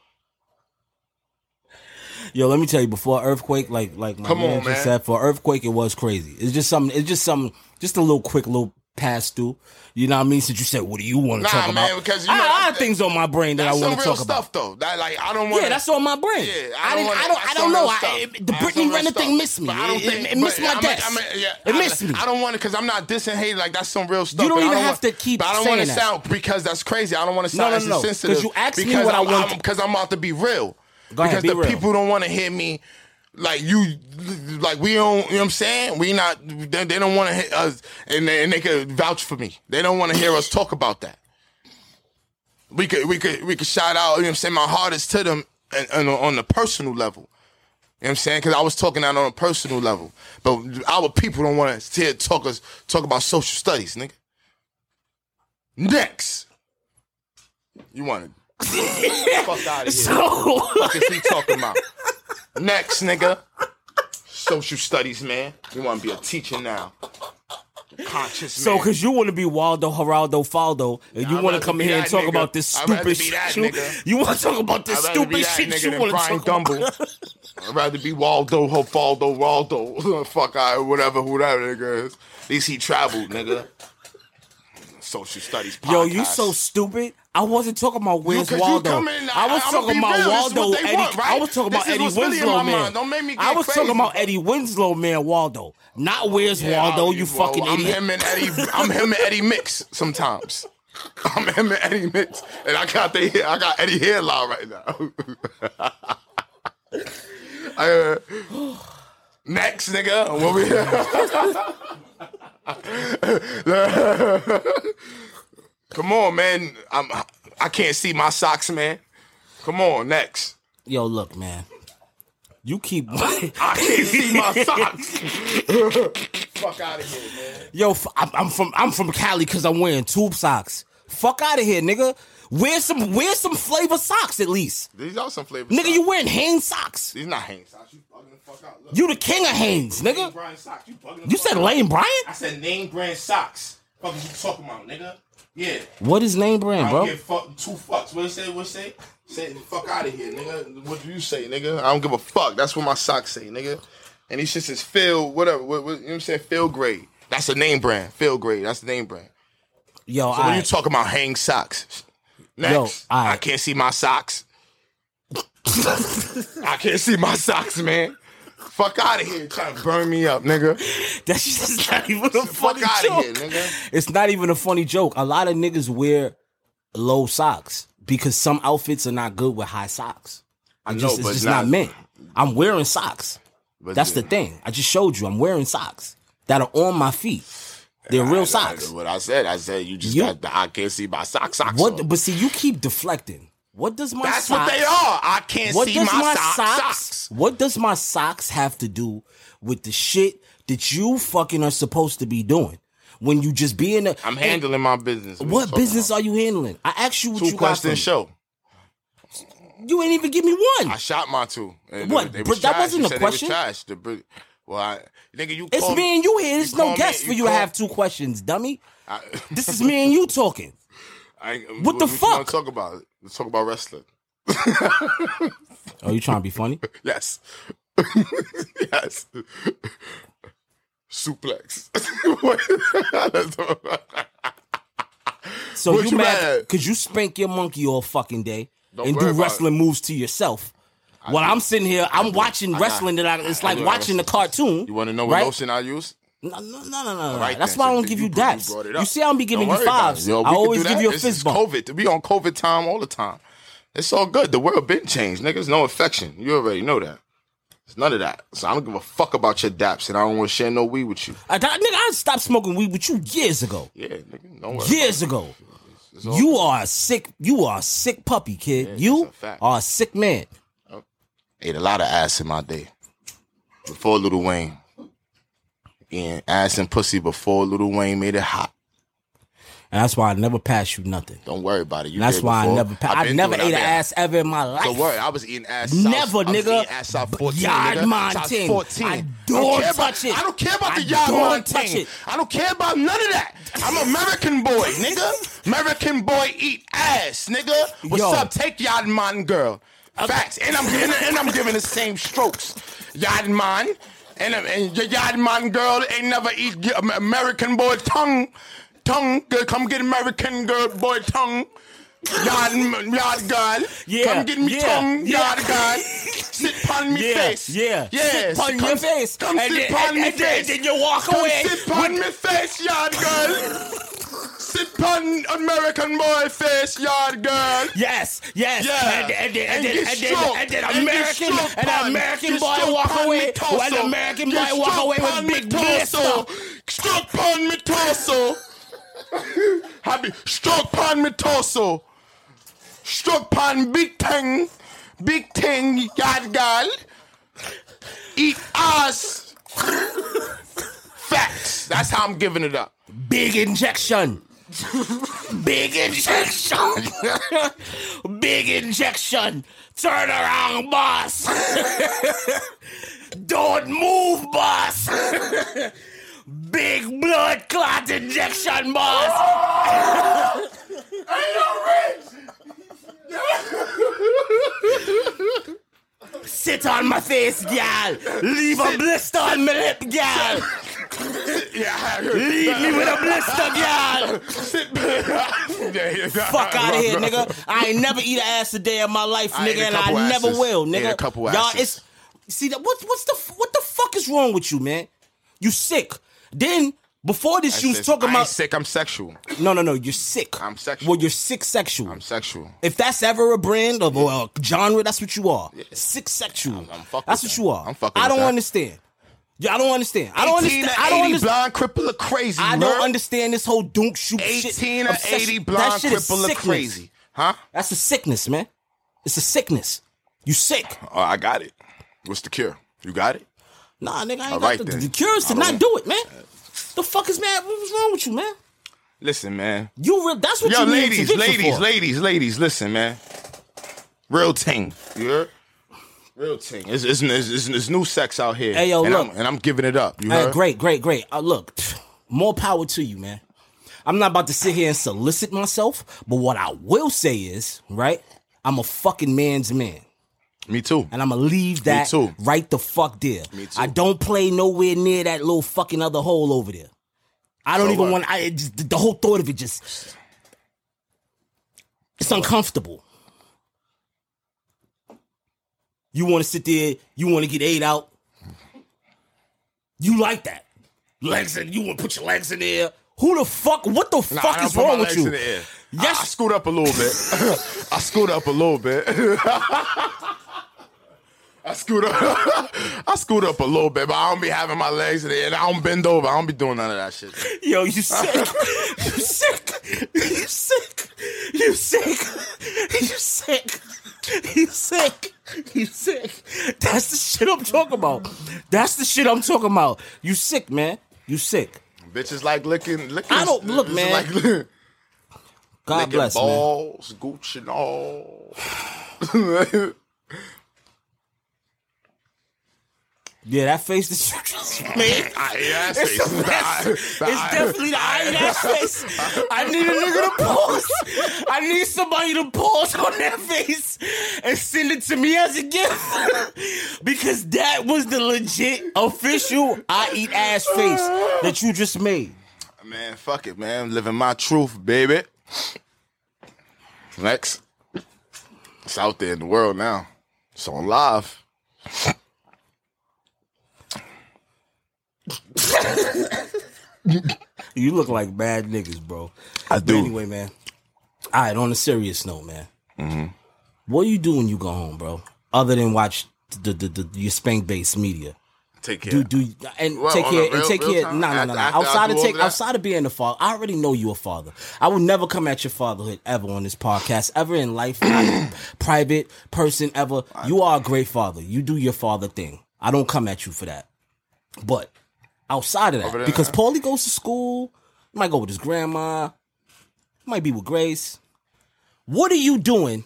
Yo, let me tell you, before earthquake, like like my Come man on, just man. said, for earthquake it was crazy. It's just something. It's just something. Just a little quick, little pass through. You know what I mean? Since you said, what do you want to Nah, talk man, about? because you know, I, I that- have things on my brain that I That's want some to real talk stuff, about. though. That, like, I don't want Yeah, that's on my brain. Yeah, I, didn't. wanna- I don't. I that's don't some know. real I, stuff. it- the That's some Brittany real Renner stuff. thing missed me. But I don't It- think it, it missed but my I mean- desk. I mean, yeah, it I- missed me. I don't want to because I'm not dissing hate. Like that's some real stuff. don't but I even have want- to keep But I don't saying wanna that. sound because that's crazy. I don't want to No, sound no, as no, 'cause insensitive. you asked me because what I I'm- want- I'm- Because I'm out to be real. Go ahead, because be the real. people don't want to hear me. Like you, like we don't. You know what I'm saying? We not. They, they don't want to hear us, and they, and they could vouch for me. They don't want to hear us talk about that we could we could we could shout out, you know what I'm saying, my heart is to them and, and on the personal level. You know what I'm saying? Cause I was talking out on a personal level. But our people don't wanna hear talk us talk about social studies, nigga. Next. You wanna fuck out of here. fuck is he talking about? Next, nigga. Social studies, man. You wanna be a teacher now. Conscious So, man. because you want to be Waldo, Geraldo, Faldo, and you I'd want rather to come be here that and talk nigga. about this I'd rather stupid be that shit. you- nigga. You want to talk about this I'd rather be stupid that shit nigga you than want to Brian talk about. Gumble. I'd rather be Waldo, Ho Faldo, Waldo. Fuck I whatever, who that nigga is. At least he traveled, nigga. Social studies podcast. Yo, you so stupid. I wasn't talking about Where's You- 'cause you Waldo. come in, I was I'ma talking be about real, this is what Waldo. they Eddie, want, right? I was talking about This is Eddie what's really in Winslow, my man. mind. Don't make me I get was crazy. talking about Eddie Winslow, man. Waldo, not Where's Yeah, Waldo. I'll- You well, fucking I'm idiot. Him and Eddie, I'm him and Eddie Mix sometimes. I'm him and Eddie Mix, and I got the I got Eddie hair loud right now. Uh, next, nigga, what we? Come on, man. I'm I can't see my socks, man. Come on, next. Yo, look, man. You keep. I can't see my socks. Fuck out of here, man. Yo, f- I'm, I'm from I'm from Cali because I'm wearing tube socks. Fuck out of here, nigga. Wear some wear some flavor socks at least, These are some flavors. nigga. You wearing Hanes socks? These not Hanes socks. You bugging the fuck out. Look. You the king of Hanes, Name nigga. brand socks. You bugging the You fuck said out. Lane I Bryant? said name brand socks. Fuck is you talking about, nigga? Yeah. What is name brand, I don't bro? give fuck two fucks. What you say? What you say? Say the fuck out of here, nigga. What do you say, nigga? I don't give a fuck. That's what my socks say, nigga. And these shits is Phil, whatever. What, what, you know what I'm saying? Phil grade. That's the name brand. Phil grade. That's the name brand. Yo, So when you alright. talking about hang socks, next, Yo, all right. I can't see my socks. I can't see my socks, man. Fuck out of here, trying to burn me up, nigga. That shit's not even a Fuck funny out of joke. here, nigga. It's not even a funny joke. A lot of niggas wear low socks because some outfits are not good with high socks. I It just, it's just not, meant. I'm wearing socks. That's the thing. I just showed you. I'm wearing socks that are on my feet. They're real socks. What I said, I said you just You- got the I can't see my sock socks. What? on. But see, you keep deflecting. What does my That's socks, what they are. I can't What see does my, my, sock- socks, socks. What does my socks have to do with the shit that you fucking are supposed to be doing when you just being a? I'm handling my business. are you What talking business about? are you handling? I asked you what two you got. question from- show? You ain't even give me one. I shot my two. And What? They, they But was that trash. wasn't You a said question. They was trash. The, br- well, I, nigga, you. It's called- me and you here. It's no call me- guess for you to call- have two questions, dummy. I, This is me and you talking. I, What the we gonna fuck? Talk about it. Let's talk about wrestling. Are Oh, you trying to be funny? Yes. yes. Suplex. Let's talk about- So What you you mad mad? because you spank your monkey all fucking day Don't and worry do about wrestling moves to yourself. While I'm sitting here, I'm watching I got- wrestling that I, it's I like do that watching a cartoon. you want to know what right? lotion I use? No, no, no, no, no. no. Right That's then, why I don't since you- give you you daps. brought it You up. see, I don't be Don't giving worry you about it. fives. Yo, I we can do always give that. you a This is fist bump. COVID. We on COVID time all the time. It's all good. The world been changed. Niggas, no infection. You already know that. It's none of that. So I don't give a fuck about your daps, and I don't want to share no weed with you. I, I- nigga, I stopped smoking weed with you years ago. Yeah, nigga, don't worry. Years ago. You are a sick. You are a sick puppy, kid. you that's a fact. are a sick man. ate a lot of ass in my day. Before Little Wayne. And ass and pussy before Little Wayne made it hot. And that's why I never pass you nothing. Don't worry about it. You And that's did why I before. never pa- I've I been never through it. ate an I've been- ass ever in my life. Don't worry, I was eating ass. Never, South, I was nigga. eating ass out 14. Yard nigga. Mine South 10. 14. I don't don't care about, touch it. I don't care about I the yard don't mine touch 10. it. I don't care about none of that. I'm American boy, nigga. American boy eat ass, nigga. What's Yo. up? Take yard mine, girl. Facts. And I'm and, and I'm giving the same strokes. Yard mine. And, and your yard mine girl ain't never eat your Am- American boy tongue. Tongue, girl, come get American girl boy tongue. Yard, yard girl. Yeah, Come get me yeah, tongue, yeah. yard girl. Sit upon me Yeah, face. yeah. Yeah. Sit upon come- your face. Come And sit then- upon and- me and then- face. then you walk come away Sit upon me face, yard girl. sit upon American boy face, yard girl. Yes, yes. Yeah. And, and, then- and, And then- get and, then- stroked. and then And get American, stroked, and pun. an American Get boy stroked, walk pun, me away. torso. An American Get boy walk stroked, away pun, with me big torso. blister. Stroke upon me torso. Happy stroke upon me torso. Stroke upon big thing. Big thing, yard girl. Eat us. Facts. That's how I'm giving it up. Big injection. Big injection. Big injection. Turn around, boss. Don't move, boss. Big blood clot injection, boss. Sit on my face, gal. Leave a blister on my lip, gal. yeah, I heard. Leave me with a blister, God. Sit back. yeah, yeah, nah, Fuck out nah, of here, nah. nigga. I ain't never eat an ass a day in my life, I ate nigga, a and couple I never asses. will, Ate nigga. a couple Y'all, asses. it's see that what's what's the f- what the fuck is wrong with you, man? You sick? Then before this, you was Sis, talking I ain't about sick. I'm sexual. no, no, no. You're sick. I'm sexual. Well, you're sick sexual. I'm sexual. if that's ever a brand of or a genre, that's what you are. Sick sexual. I'm- I'm fuck that's what with that. you are. I'm fucking I with don't that. understand. Yeah, I don't understand. I don't 18 understand. to I don't 80 understand. Blind cripple or crazy. I Merv. don't understand this whole dunk shoot shit. 18 or obsession. 80 That blind shit is cripple or sickness. crazy. Huh? That's a sickness, man. It's a sickness. You sick. Oh, I got it. What's the cure? You got it? Nah, nigga, I ain't All got right, the, then. the cure is to I don't- not do it, man. The fuck is mad? What was wrong with you, man? Listen, man. You re- that's what Yo, you need ladies, to get ladies, for. ladies, ladies, listen, man. Real ting. You heard? Real ting. It's, it's, it's, it's, it's new sex out here. Hey, yo, and look. I'm, and I'm giving it up. You Hey, heard? great, great, great. Uh, look, pff, more power to you, man. I'm not about to sit here and solicit myself, but what I will say is, right? I'm a fucking man's man. Me too. And I'm gonna leave that too. right the fuck there. Me too. I don't play nowhere near that little fucking other hole over there. I don't So even what? want. I it just the- the whole thought of it just it's uncomfortable. You want to sit there. You want to get ate out. You like that legs in. You want to put your legs in there. Who the fuck? What the Nah, I fuck don't is put my wrong with legs you? in the air. Yes. I, I scoot up a little bit. I scoot up a little bit. I scoot up. I scoot up a little bit, but I don't be having my legs in the air. And I don't bend over. I don't be doing none of that shit. Yo, you sick. you sick. You sick. You sick. You sick. You sick. You sick. That's the shit I'm talking about. That's the shit I'm talking about. You sick, man. You sick. Bitches like licking. licking I don't- look, bitches man. Like, licking God bless, man. balls, Gucci, and all. Yeah, that face that you just made. I ain't ass It's, face. the best. it's definitely the iron ass face. I need a nigga to pause. I need somebody to pause on that face and send it to me as a gift because that was the legit official I eat ass face that you just made. Man, fuck it, man. I'm living my truth, baby. Next. It's out there in the world now. It's on live. You look like bad niggas, bro. I But anyway, man. All right, on a serious note, man. What do you do when you go home, bro? Other than watch the, the, the your spank based media. Take care. do do and Well, take on care a and real- take real care. time, No, no, after- no, no. after I Outside do of all take of that? outside of being a father, I already know you a father. I will never come at your fatherhood ever on this podcast, ever in life, not in private person ever. You are a great father. You do your father thing. I don't come at you for that. But outside of that, than because that. Paulie goes to school, might go with his grandma, might be with Grace. What are you doing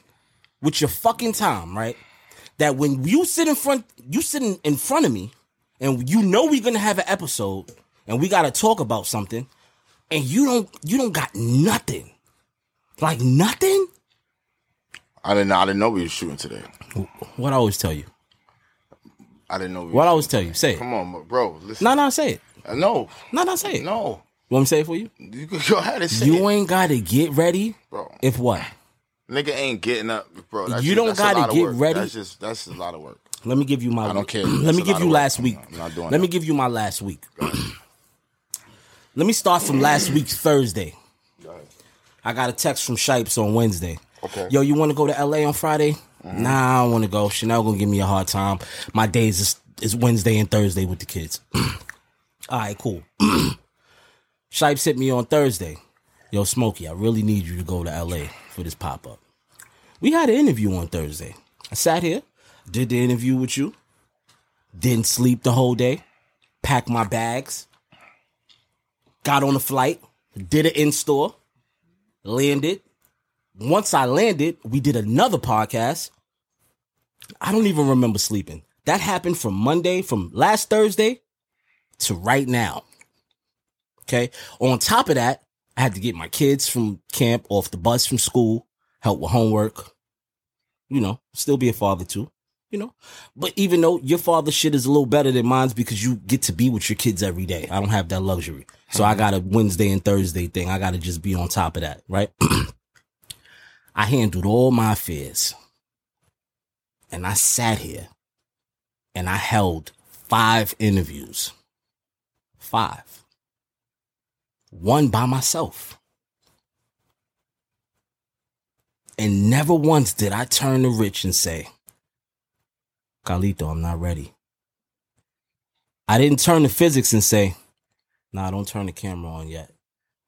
with your fucking time, right? That when you sit in front, you sitting in front of me, and you know we're gonna have an episode, and we gotta talk about something, and you don't, you don't got nothing, like nothing. I didn't know I didn't know we were shooting today. What I always tell you, I didn't know we what I were always tell you, say it. Come on, bro. Listen. Uh, No, no, say it. No. No, no, say it. You No. want me to say it for you? You can go ahead and say You it. ain't gotta get ready Bro. if what? Nigga ain't getting up, bro. That's You just, don't that's a gotta lot of get work. ready. That's just that's a lot of work. Let me give you my. I don't care. Let That's me a give lot you of last work. week. I'm not doing Let me that. give you my last week. Let me start from last week Thursday. I got a text from Shipes on Wednesday. Okay. Mm-hmm. Yo, you want to go to LA on Friday? Nah, I don't want to go. Chanel gonna give me a hard time. My days is, is Wednesday and Thursday with the kids. All right, cool. Shipes hit me on Thursday. Yo, Smokey, I really need you to go to LA for this pop up. We had an interview on Thursday. I sat here, did the interview with you, didn't sleep the whole day, packed my bags, got on a flight, did an in store, landed. Once I landed, we did another podcast. I don't even remember sleeping. That happened from Monday, from last Thursday to right now. Okay. On top of that, I had to get my kids from camp, off the bus from school, help with homework, you know, still be a father too. you know. But even though your father shit is a little better than mine's because you get to be with your kids every day. I don't have that luxury. So I got a Wednesday and Thursday thing. I got to just be on top of that, right? I handled all my affairs. And I sat here and I held five interviews. Five. One by myself. And never once did I turn to Rich and say, Carlito, I'm not ready. I didn't turn to physics and say, nah, don't turn the camera on yet.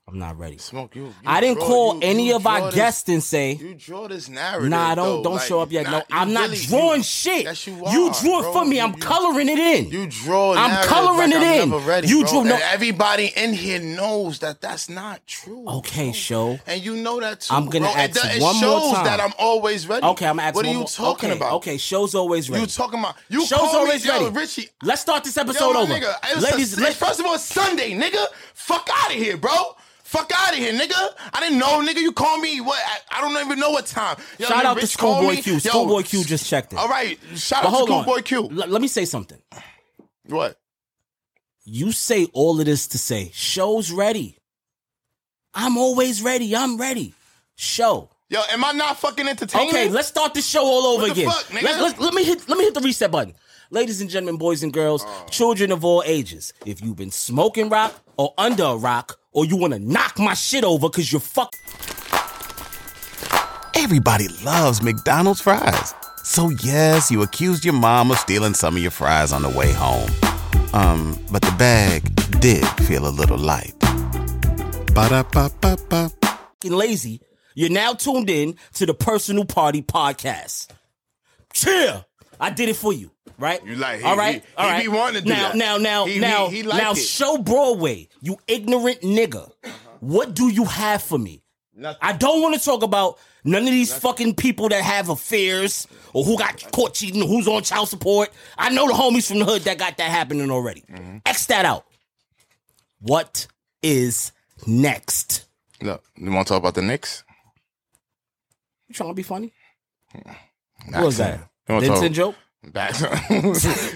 I'm not ready. Smoke you. you I didn't draw- call you- any you of our draw this- guests and say, You draw this narrative. Nah, don't though. don't Like, show up yet. nah, no, you I'm not really- drawing you- shit. Yes, you You are, drew bro. it for me. You- I'm you- coloring it in. You draw. I'm narrative coloring it like I'm in. Never ready, You bro. drew- no- And everybody in here knows that that's not true. okay, bro. show. And you know that too. I'm gonna bro. ask it, do- it one more shows time. that I'm always ready. Okay, I'm asking. What are one you more- talking okay, about? Okay, show's always ready. You talking about? You show's call me, always ready. yo, Richie. Let's start this Yo, episode my over. nigga, it's Ladies, a, let- first of all, it's Sunday, nigga. Fuck out of here, bro. Fuck out of here, nigga. I didn't know, nigga. You call me what? I, I don't even know what time. Yo, shout nigga, out to Rich called Schoolboy me. Q. Yo, Schoolboy Q just checked it. All right, shout but out to hold on. Schoolboy Q. L- let me say something. What? You say all of this to say show's ready. I'm always ready. I'm ready. Show. Yo, am I not fucking entertaining? Okay, let's start the show all over What the again. fuck, nigga? Let, let- let me hit let me hit the reset button. Ladies and gentlemen, boys and girls, Oh. children of all ages, if you've been smoking rock or under a rock, or you want to knock my shit over because you're fuck. Everybody loves McDonald's fries. So yes, you accused your mom of stealing some of your fries on the way home. Um, but the bag did feel a little light. Ba-da-ba-ba-ba. fucking lazy, you're now tuned in to the Personal Party Podcast. Cheer! I did it for you, right? You like- he- all right, he- all he right. be wanting to do now, that. now, now, He- he- now, he like now, it. show Broadway, you ignorant nigga. What do you have for me? Nothing. I don't want to talk about none of these fucking people that have affairs or who got caught cheating, who's on child support. I know the homies from the hood that got that happening already. Mm-hmm. X that out. What is next? Look, you want to talk about the Knicks? You trying to be funny? What was that? You wanna Vincent talk- joke? Back.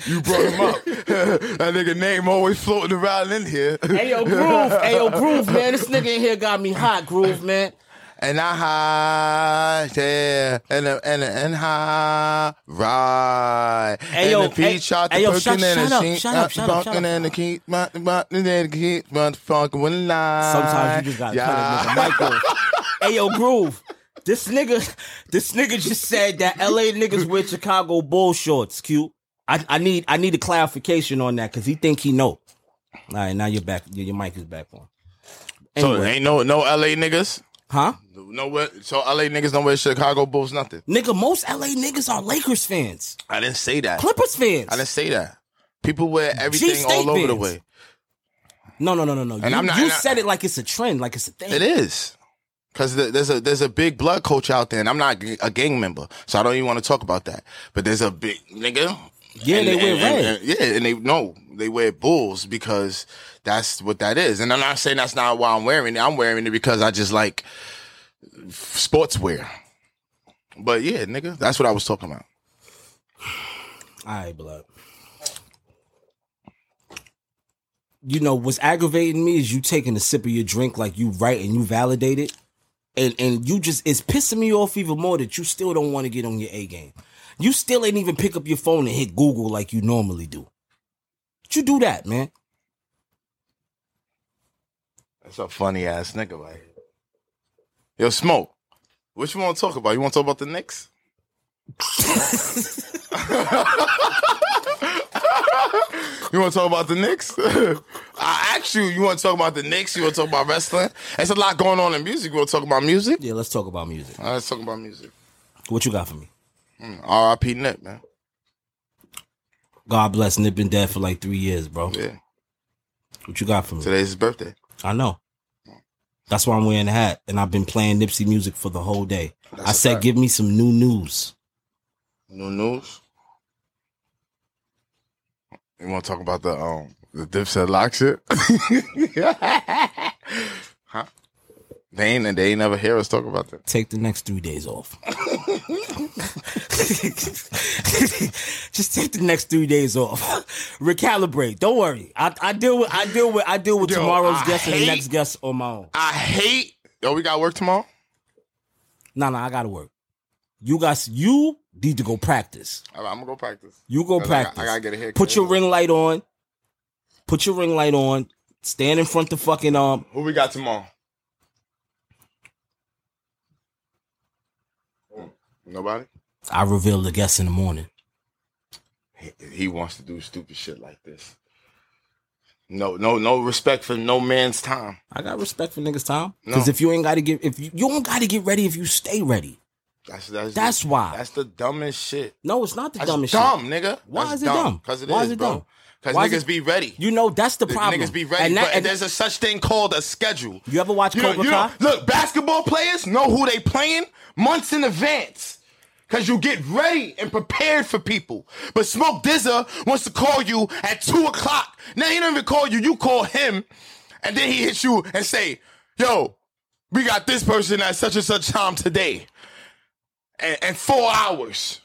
you brought him up. that nigga name always floating around in here. Hey yo, groove. hey yo, groove, man. This nigga in here got me hot, groove, man. And I high, yeah, and uh, and uh, and high, right? Hey, and yo, the hey- peach shot the hey, yo, perkin shut- and shut the up, shink, shut up, uh, shut up, shut bunkin' up. and the keep, but but then the keep, but the fucking one line. Sometimes you just gotta cut a nigga mic off. Hey yo, groove. This nigga, this nigga just said that LA niggas wear Chicago bull shorts. Q. I, I need I need a clarification on that because he think he know. All right, now you're back. Your, your mic is back on. So Anyway, ain't no no LA niggas. huh? No, what- so LA niggas don't wear Chicago Bulls nothing. Nigga, most LA niggas are Lakers fans, I didn't say that. Clippers fans. I didn't say that. People wear everything State all over the fans. way. No, no, no, no, no. And you I'm not- you and I- said it like it's a trend, like it's a thing. It is. Cause th- there's a there's a big blood coach out there, and I'm not g- a gang member, so I don't even want to talk about that. But there's a big nigga. Yeah, and, they wear and- and- red. and- yeah, and they no, they wear bulls because that's what that is. And I'm not saying that's not why I'm wearing it. I'm wearing it because I just like sportswear. But yeah, nigga, that's what I was talking about. All right, blood. You know what's aggravating me is you taking a sip of your drink like you right and you validate it, and and you just it's pissing me off even more that you still don't want to get on your A game. You still ain't even pick up your phone and hit Google like you normally do. But you do that, man. That's a funny ass nigga, right? Yo, smoke. What you want to talk about? You want to talk about the Knicks? you want to talk about the Knicks? I asked you. You want to talk about the Knicks? You want to talk about wrestling? There's a lot going on in music. You want to talk about music? Yeah, let's talk about music. All right, let's talk about music. Mm, What you got for me? R.I.P. Nick, man. God bless. Nip been dead for like three years, bro. Yeah. What you got for me? Today's his birthday. I know. That's why I'm wearing a hat, and I've been playing Nipsey music for the whole day. I a said, fact. give me some new news. New news. You want to talk about the um the Dipset lock shit? huh? They ain't they ain't never hear us talk about that. Take the next three days off. Just take the next three days off. Recalibrate. Don't worry. I, I deal with I deal with I deal with Yo, tomorrow's I guest and the hate- next guest on my own. I hate. Yo, we got work tomorrow. No, no, I gotta work. You guys, you need to go practice. All right, I'm gonna go practice. You go 'Cause I got- practice. I gotta get a haircut. Put your ring light on. Put your ring light on. Stand in front of fucking um. Who we got tomorrow? Hmm. Nobody. I reveal the guest in the morning. He, he wants to do stupid shit like this. No, no, no respect for no man's time. I got respect for niggas time because No. if you ain't got to get if you, you don't got to get ready if you stay ready. That's that's That's why. That's the dumbest shit. No, it's not the That's dumbest dumb, shit. nigga. Why That's is it dumb? Because it Why is is, it dumb? bro. Because Why is niggas it- be ready. You know that's the The problem. Niggas be ready, And that- but and- there's a such thing called a schedule. You ever watch know- Cobra know- Kai? Look, basketball players know who they playing months in advance. Cause you get ready and prepared for people. But Smoke Dizza wants to call you at two o'clock. Now he don't even call you, you call him, and then he hits you and say, Yo, we got this person at such and such time today. And, and four hours.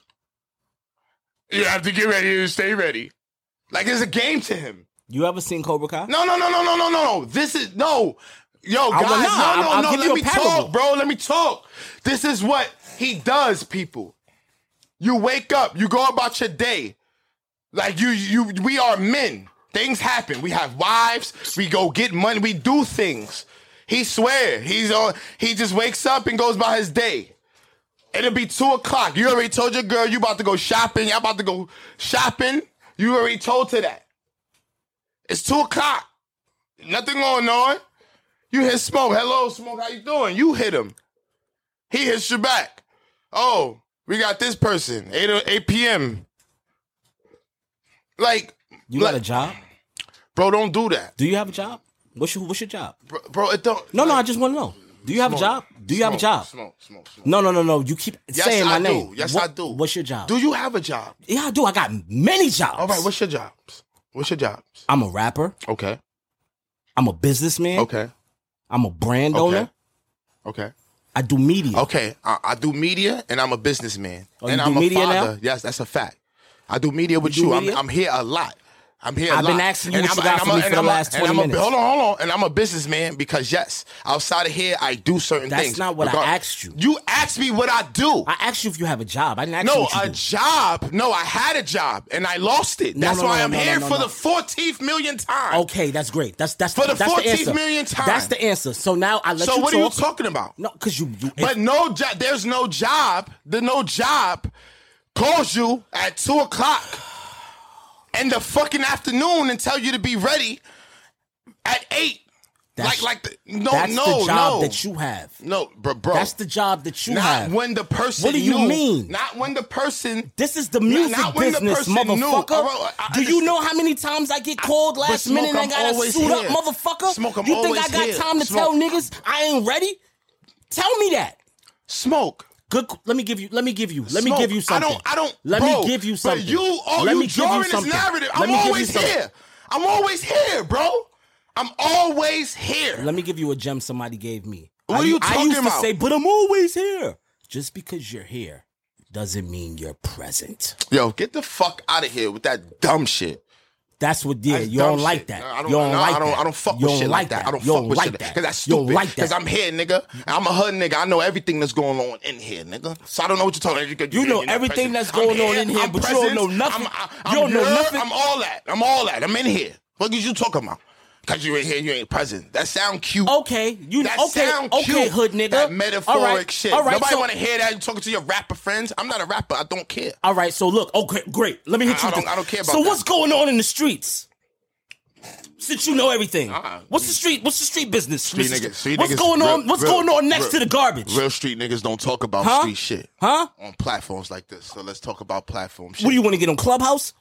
You have to get ready to stay ready. Like it's a game to him. you ever seen Cobra Kai? No, no, no, no, no, no, no. no. This is no. Yo, I guys, will not. no, no, I'll- I'll no. give Let you a me parable. talk, bro. Let me talk. This is what he does, people. You wake up, you go about your day. Like you, you, we are men. Things happen. We have wives. We go get money. We do things. He swear he's on. He just wakes up and goes by his day. It'll be two o'clock. You already told your girl you about to go shopping. Y'all about to go shopping. You already told her that. It's two o'clock. Nothing going on. You hit smoke. Hello, smoke. How you doing? You hit him. He hits you back. Oh, we got this person. Eight o- eight p.m. Like, You like got a job? bro, don't do that, Do you have a job? What's your What's your job? bro. bro it don't. No, no, I just want to know. Do you have a job? Do you have a Smoke, job? Smoke, smoke, smoke. No, no, no, no. You keep Yes, saying my I name. do. Yes, What- I do. What's your job? Do you have a job? yeah, I do. I got many jobs. All right. What's your jobs? What's your jobs? I'm a rapper. Okay. I'm a businessman. Okay. I'm a brand Okay. owner. Okay. I do media. Okay, I, I do media and I'm a businessman. Oh, you and do I'm a media now? father. Yes, that's a fact. I do media with do you. media? I'm, I'm here a lot. I'm here a I've lot. been asking you And what I'm- you got and for I'm me a- for and the I'm a- last and 20 I'm a- minutes. Hold on, hold on. And I'm a businessman because, yes, outside of here, I do certain That's things. not what I Regard- asked you. You asked me what I do. I asked you if you have a job. I didn't ask you no, what you a do. job. No, I had a job and I lost it. No, That's no, why no, I'm no, no, here no, for no. the 14th million time. Okay, that's great. That's that's For the that's 14th answer. millionth time. That's the answer. So now I let So you what talk. are you talking about? No, because you, you But no job. There's no job. The no job calls you at two o'clock in the fucking afternoon and tell you to be ready at eight. That's- like, like the, no, that's no, the job no, that you have. no, bro, bro. That's the job that you not have. when the person. What do you knew. mean? Not when the person. This is the Not- music not when the business, person knew. motherfucker. I- I- I Do you understand. know how many times I get called I- but last Smoke, minute and I I'm gotta always suit up, here. motherfucker? Smoke, I'm you think I always got here. time to Smoke. tell niggas I ain't ready? Tell me that. Smoke. Good. Let me give you. Let me give you. Let Smoke. me give you something. I don't. I don't. Let bro, me give you something. But you, oh, Let you me give drawing this something. narrative. Let I'm me give you always something. here. I'm always here, bro. I'm always here. Let me give you a gem somebody gave me. What I, are you I used talking to about? say, but I'm always here. Just because you're here doesn't mean you're present. Yo, get the fuck out of here with that dumb shit. That's what yeah. That's you dumb don't like shit. that. No, I don't, you don't no, like I don't, that. I don't fuck you with don't shit like like that. I don't you fuck don't with like shit that. because that's You don't stupid. like that. I'm here, nigga. I'm a hood nigga. I know everything that's going on in here, nigga. So I don't know what you're talking about. You know you're not everything present. that's going I'm on in here, I'm but you don't present. know nothing. I'm, I, You I'm don't know here. nothing. I'm all that. I'm all that. I'm in here. What is you talking about? Because you in here, you ain't present. That sound cute. Okay, Oh, you That okay? sound Okay, cute. hood nigga. That metaphoric All right, shit. All right, Nobody so, want to hear that. You talking to your rapper friends? I'm not a rapper. I don't care. All right, so look. Okay, great. Let me hit I- you. I with don't- this. I don't care about So that. what's going on in the streets? Since you know everything, Uh-uh. what's the street? What's the street business? Street Mr. niggas, street what's niggas, going real- on? What's real- going on next real- to the garbage? Real street niggas don't talk about Huh? street shit. Huh? on platforms like this. So let's talk about platform shit. What do you want to get on Clubhouse?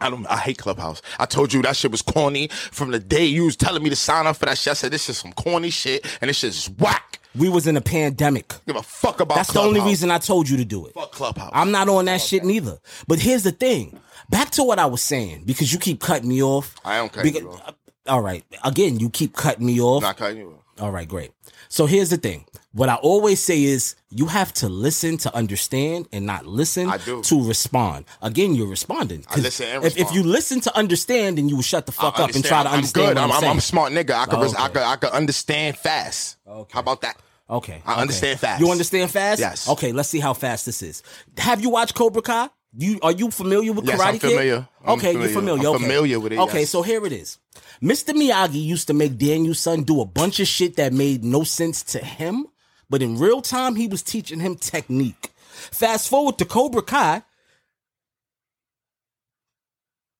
I don't. I hate Clubhouse. I told you that shit was corny from the day you was telling me to sign up for that shit. I said this is some corny shit, and this shit is whack. We was in a pandemic. Give a fuck about. That's Clubhouse. the only reason I told you to do it. Fuck Clubhouse. I'm not on that shit neither. But here's the thing. Back to what I was saying, because you keep cutting me off. I don't cut Beca- you off. All right. Again, you keep cutting me off. not cutting you. off. All right, great. So here's the thing. What I always say is you have to listen to understand and not listen I do. to respond. Again, you're responding. 'Cause I listen and if, if respond. you listen to understand, then you will shut the fuck I up and try to understand. I'm what good. I'm, I'm, I'm a saying. smart nigga. I could, res- I Okay. could, I could understand fast. How about that? Okay. I okay. understand fast. You understand fast? Yes. Okay, let's see how fast this is. Have you watched Cobra Kai? You are you familiar with Yes, Karate I'm Kid? familiar. I'm okay, familiar. you're familiar. I'm okay. familiar with it, Okay, yes. so here it is. Mr. Miyagi used to make Daniel's son do a bunch of shit that made no sense to him, but in real time he was teaching him technique. Fast forward to Cobra Kai,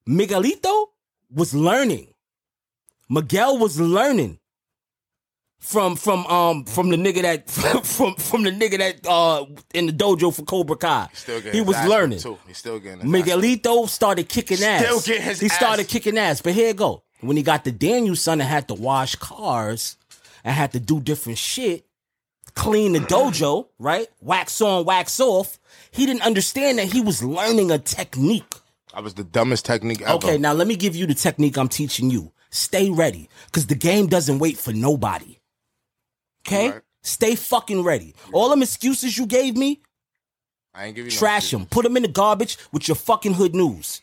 Miguelito was learning. Miguel was learning from from um from the nigga that from from the nigga that uh in the dojo for Cobra Kai. Still getting he his was ass learning. beat, Too. He's still getting his ass beat. Miguelito started kicking ass. Still getting his he started ass- kicking ass. But here it go. When he got the Daniel son and had to wash cars and had to do different shit, clean the dojo, right? Wax on, wax off. He didn't understand that he was learning a technique. I was the dumbest technique ever. Okay, now let me give you the technique I'm teaching you. Stay ready, because the game doesn't wait for nobody. Okay? Right. Stay fucking ready. All them excuses you gave me, I ain't give you no trash shit. them. Put them in the garbage with your fucking hood news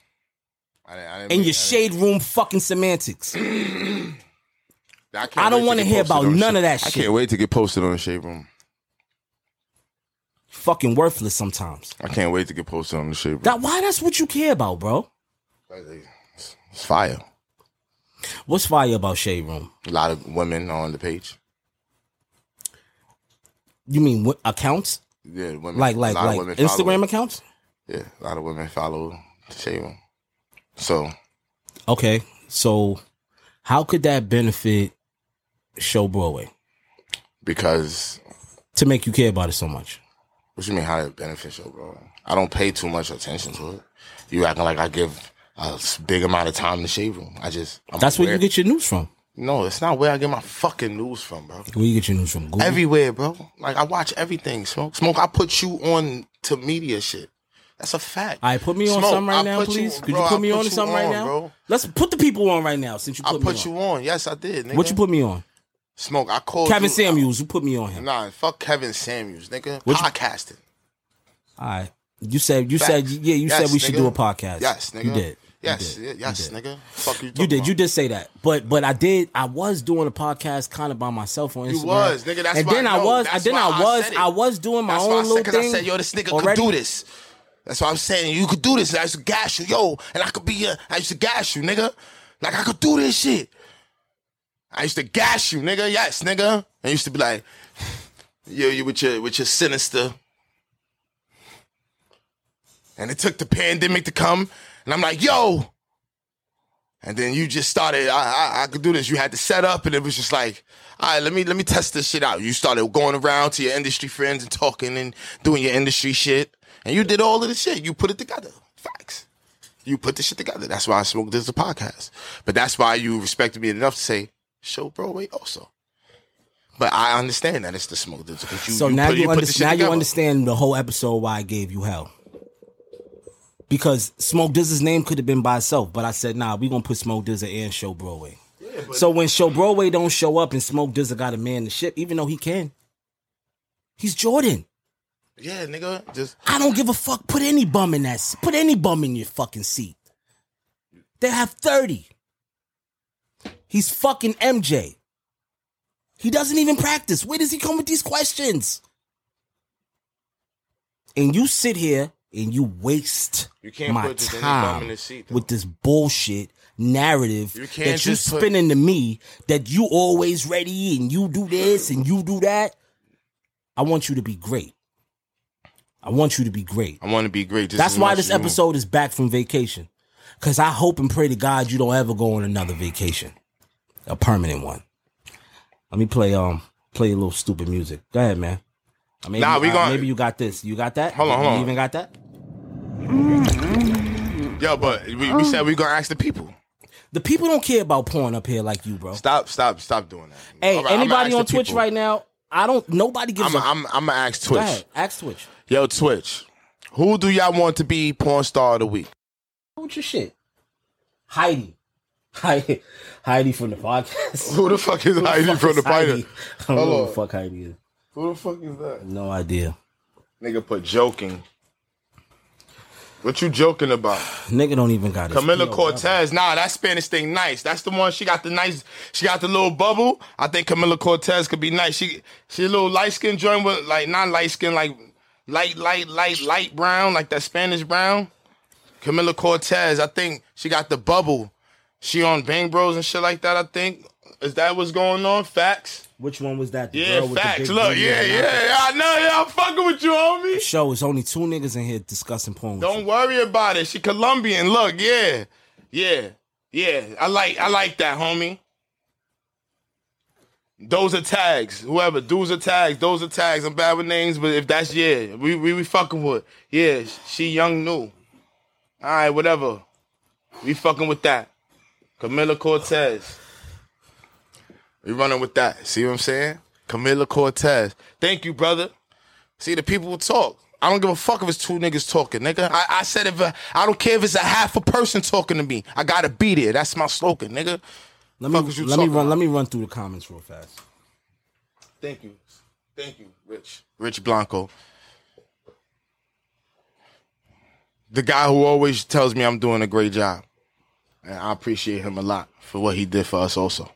I didn't, I didn't and your mean- I didn't- shade room fucking semantics. I, can't I don't wait wanna get hear posted about on the none of shit- that I shit. can't wait to get posted on the shade room. fucking worthless sometimes. I can't wait to get posted on the shade room. That why that's what you care about, bro. It's fire. What's fire about shade room? A lot of women on the page. You mean what accounts? Yeah, women. Like Mm, a like lot of like women follow Instagram it. accounts? Yeah, a lot of women follow the shade room. So Okay, so how could that benefit Show Broadway because to make you care about it so much? What you mean how it beneficial, bro? I don't pay too much attention to it. You acting like I give a s- big amount of time to shave room. I just I'm That's where aware. you get your news from. No, it's not where I get my fucking news from, bro. Where you get your news from? Google. Everywhere, bro. Like I watch everything. Smoke, smoke. I put you on to media shit. That's a fact. All right, put me on Smoke, something right I now, put please. Could bro, you I put me on to you something right on, now? bro? Let's put the people on right now since you I put put me you on. on. Yes, I did. Nigga. What you put me on? Smoke. I called Kevin you- Samuels, you put me on him. Nah, fuck Kevin Samuels, nigga. What you- Podcasting. All right. You said you said Facts. yeah, you Yes, said we should nigga. do a podcast. Yes, nigga. You did. Yes, you did. yeah, yes, you did. nigga. Fuck you. You talking did. about? You did say that, but but I did. I was doing a podcast kind of by myself on Instagram. You was, nigga. That's and why then I, know. was. That's then why I was. said it. I was doing my That's why own I little said, 'cause thing. I said, yo, this nigga already. could do this. That's why I'm saying you could do this. I used to gash you, yo, and I could be. A, I used to gash you, nigga. Like I could do this shit. I used to gash you, nigga. Yes, nigga. I used to be like, yo, you with your with your sinister. And it took the pandemic to come, and I'm like, yo. And then you just started. I, I I could do this. You had to set up, and it was just like, all right, let me let me test this shit out. You started going around to your industry friends and talking and doing your industry shit, and you did all of this shit. You put it together. Facts. You put this shit together. That's why I smoked this as a podcast. But that's why you respected me enough to say, show Broadway also. But I understand that it's the smoke. This, but you, So you now put, you, you put this shit understand. Now you together. understand the whole episode why I gave you hell. Because Smoke Dizz's name could have been by itself, but I said, nah, we gonna put Smoke Dizza and Show Broadway. so when Show Broadway don't show up and Smoke Dizza got a man the ship, even though he can, he's Jordan. Yeah, nigga. Just I don't give a fuck. Put any bum in that. s- Put any bum in your fucking seat. They have 30. He's fucking MJ. He doesn't even practice. Where does he come with these questions? And you sit here and you waste You can't my put just any bum time in the seat, though. with this bullshit narrative You can't that you just put- spinning to me that you always ready and you do this and you do that. I want you to be great. I want you to be great. I want to be great. Just That's as why much this as you. episode is back from vacation. Cause I hope and pray to God you don't ever go on another vacation. A permanent one. Let me play um play a little stupid music. Go ahead, man. Uh, Maybe, Nah, we uh, gonna- maybe you got this. You got that? Hold on, hold You on. even got that? Yo, but we, we said we gonna ask the people. The people don't care about porn up here like you, bro. Stop, stop, stop doing that. Hey, All right, I'ma ask anybody the on Twitch people. right now? I don't nobody gives I'm, a I'm, I'm gonna ask Go Twitch. ahead, ask Twitch. Yo, Twitch, who do y'all want to be porn star of the week? What's your shit? Heidi. Heidi, Heidi from the podcast. Who the fuck is Who the Heidi fuck from is the podcast? Heidi? I don't know Hello. who the fuck Heidi is. Who the fuck is that? No idea. Nigga put joking. What you joking about? Nigga don't even got his Camila PO Cortez, nah, that Spanish thing nice. That's the one. She got the nice. She got the little bubble. I think Camila Cortez could be nice. She she a little light skin joint with like not light skin like light light light light brown like that Spanish brown. Camila Cortez, I think she got the bubble. She on Bang Bros and shit like that. I think is that what's going on? Facts. Which one was that? The Yeah, girl with the facts. big Look, booty yeah, and yeah, yeah. I know, yeah. I'm fucking with you, homie. Show it's only two niggas in here discussing porn. Don't worry about it. She Colombian. Look, yeah, yeah, yeah. I like, I like that, homie. Those are tags. Whoever, those are tags. Those are tags. I'm bad with names, but if that's yeah, we we, we fucking with. Yeah, she young new. All right, whatever. We fucking with that. Camila Cortez. We running with that. See what I'm saying? Camila Cortez. Thank you, brother. See, the people will talk. I don't give a fuck if it's two niggas talking, nigga. I, I said if I I don't care if it's a half a person talking to me. I gotta be there. That's my slogan, nigga. let fuck is me you let me talking run let about? me run through the comments real fast. Thank you, thank you, Rich. Rich Blanco, the guy who always tells me I'm doing a great job, and I appreciate him a lot for what he did for us. Also,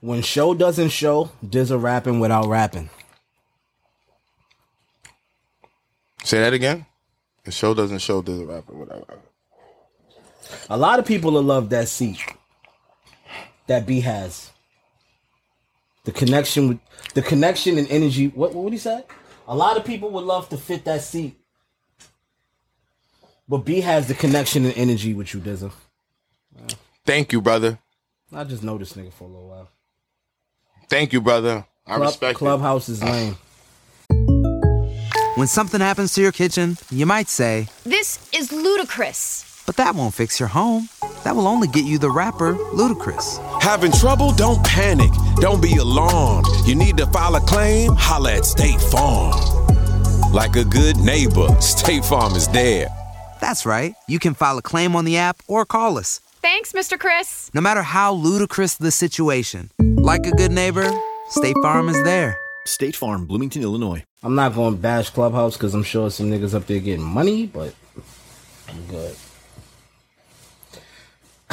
When show doesn't show, Dizza rapping without rapping. say that again. The show doesn't show the rapper, whatever. A lot of people will love that seat that B has. The connection with the connection and energy. What what would he say? A lot of people would love to fit that seat. But B has the connection and energy with you, Dizza. Thank you, brother. I just know this nigga for a little while. Thank you, brother. I Club- respect it. Clubhouse is lame. When something happens to your kitchen, you might say, This is ludicrous. but that won't fix your home. That will only get you the rapper, Ludacris. Having trouble? Don't panic. Don't be alarmed. You need to file a claim? Holla at State Farm. Like a good neighbor, State Farm is there. That's right. You can file a claim on the app or call us. Thanks, Mr. Chris. No matter how ludicrous the situation, like a good neighbor, State Farm is there. State Farm, Bloomington, Illinois. I'm not going to bash Clubhouse because I'm sure some niggas up there getting money, but I'm good.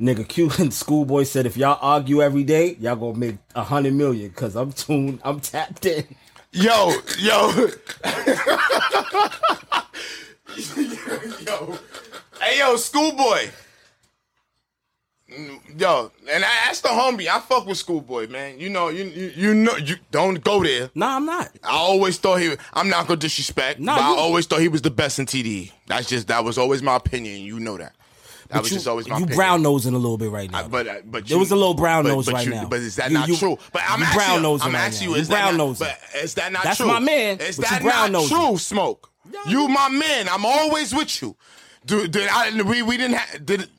Nigga, Cuban schoolboy said if y'all argue every day, y'all gonna make a hundred million because I'm tuned, I'm tapped in. Yo, yo. yo. Hey, yo, schoolboy. Yo, and I, that's the homie. I fuck with schoolboy, man. You know, you, you you know, you don't go there. Nah, I'm not. I always thought he. I'm not gonna disrespect, Nah, but you- I always thought he was the best in TDE. That's just that was always my opinion. You know that. That But was you, just always my you opinion. brown nosing a little bit right now. I- Uh, but I- but there you- was a little brown but- nose but right you- now. But is that You- not you- true? But I'm you asking brown you. nosing I'm right asking now. you. You Is that brown not- nosing. But is that not That's true? my man, Is but you that brown not nosing. true? Smoke. You my man. I'm always with you. Do, did I? We, we didn't. Ha- did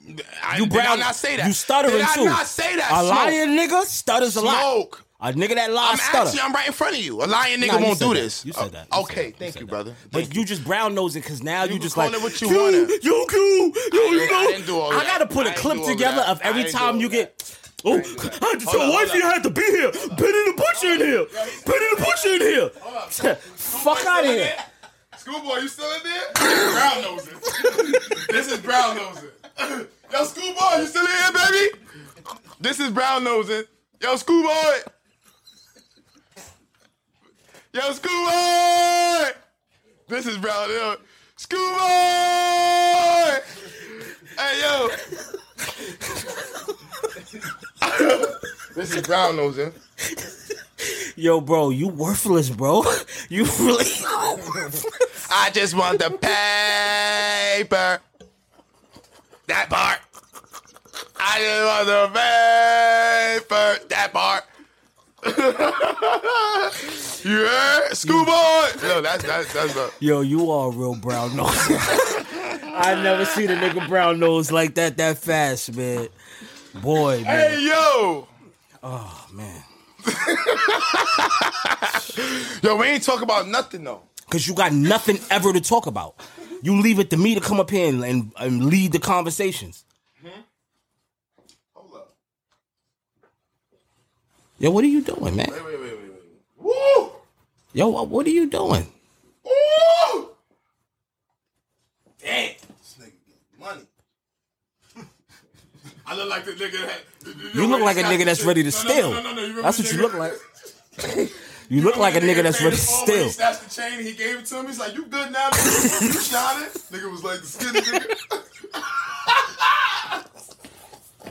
I, you did brown. I not say that? You stuttering Did I too. not say that? A Smoke? lying nigga stutters a lot. Smoke. A nigga that I'm lies stutter. actually. I'm right in front of you. A lying Nah, nigga you won't said do that. this. You said Uh, that. You okay, said that. thank said you, that. brother. But you just brown nose it because now you, You just can like call it what you "Yo, wanna." Yo, cool. Yo, I you didn't- I know. didn't do all I that. gotta put a I clip didn't do all together that. of every I didn't time do you all get. Oh, I had do that. to Hold tell up, wifey hold I had to be here. Been in the butcher in here. Been in the butcher in here. Fuck out of here. Schoolboy, you still in there? brown nosing. this is brown nosing. Yo, schoolboy, you still in here, baby? This is brown nosing. Yo, schoolboy. Yo, schoolboy. This is brown. Yo, schoolboy. Hey, yo. this is brown nosing. Yo, bro, you worthless, bro. You really. I just want the paper. That part. I just want the paper. That part. you heard? Schoolboy. No, that's that's that's not. Yo, you are a real brown nose. I never seen a nigga brown nose like that that fast, man. Boy, man. Oh, Hey yo. man. Yo, we ain't talking about nothing though. Cause you got nothing ever to talk about. You leave it to me to come up here and, and, and lead the conversations. Yo, what are you doing, man? Wait, wait, wait, wait. Woo! Yo, what, what are you doing? Damn. This nigga getting money. I look like the nigga that. You look like a nigga that's ready to steal. That's what you look like. You look like a nigga that's ready to steal. That's the chain he gave it to him. He's like, "You good now? nigga? you shot it." Nigga was like the skinny nigga.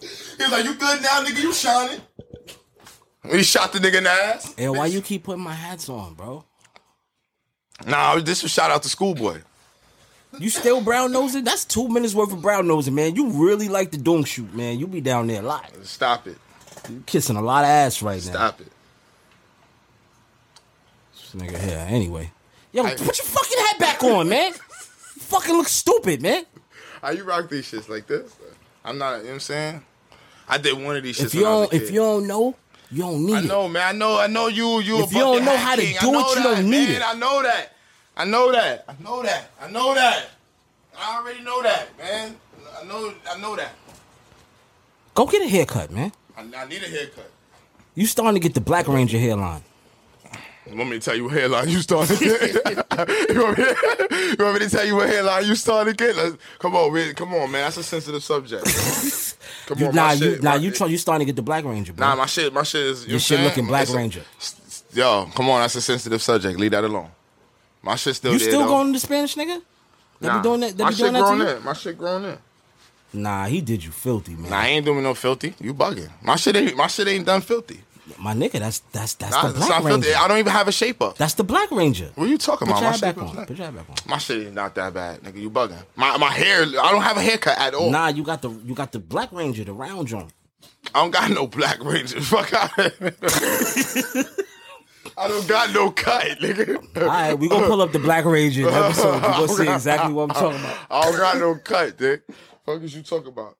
He was like, "You good now, nigga? You shining?" He shot the nigga in the ass. Yo, why you keep putting my hats on, bro? Nah, this was shout out to Schoolboy. You still brown nosing? That's two minutes worth of brown nosing, man. You really like the doom shoot, man. You be down there a lot. Stop it! You kissing a lot of ass right now. Stop it! This nigga here. Anyway. Yo, put your fucking hat back on, man. You fucking look stupid, man. How you rock these shits like this? I'm not. You know what I'm saying? I did one of these shits. If you when I was don't a if kid. you don't know, you don't need I know, man. I know. I know you. You. If a you don't bucket know hat how to king. I do it, know you that, don't need it. man. I know that. I know that. I know that. I know that. I already know that, man. I know. I know that. it. Go get a haircut, man. I, I need a haircut. You starting to get the Black Ranger hairline. Want me to tell you what hairline you started getting? you, want me, you want me to tell you what hairline you started getting? Let's- Come on, man. Come on, man. That's a sensitive subject. Come You, on, nah, my you, shit. nah, my- you, try, you starting to get the Black Ranger, bro. Nah, my shit. My shit is. You Your shit know what looking I'm saying? Black It's a- Ranger. Yo, come on. That's a sensitive subject. Leave that alone. My shit still. you there, still though. going to the Spanish nigga? They be doing that. They my be doing shit that to grown you? in. My shit grown in. Nah, he did you filthy, man. Nah, I ain't doing no filthy. You bugging. My shit ain't. My shit ain't done filthy. My nigga, that's that's that's Nah, the it's Black not Ranger. filthy. I don't even have a shape up. That's the Black Ranger. What are you talking Put about? your My hat shape back up's on. not- Put your hat back on. My shit ain't not that bad, nigga. You bugging. My my hair. I don't have a haircut at all. Nah, you got the you got the Black Ranger, the round joint. I don't got no black ranger. Fuck out. I don't got no cut, nigga. All right, we gonna pull up the Black Ranger episode. You gonna see exactly what I'm talking about. I don't got no cut, dick. Fuck is you talking about?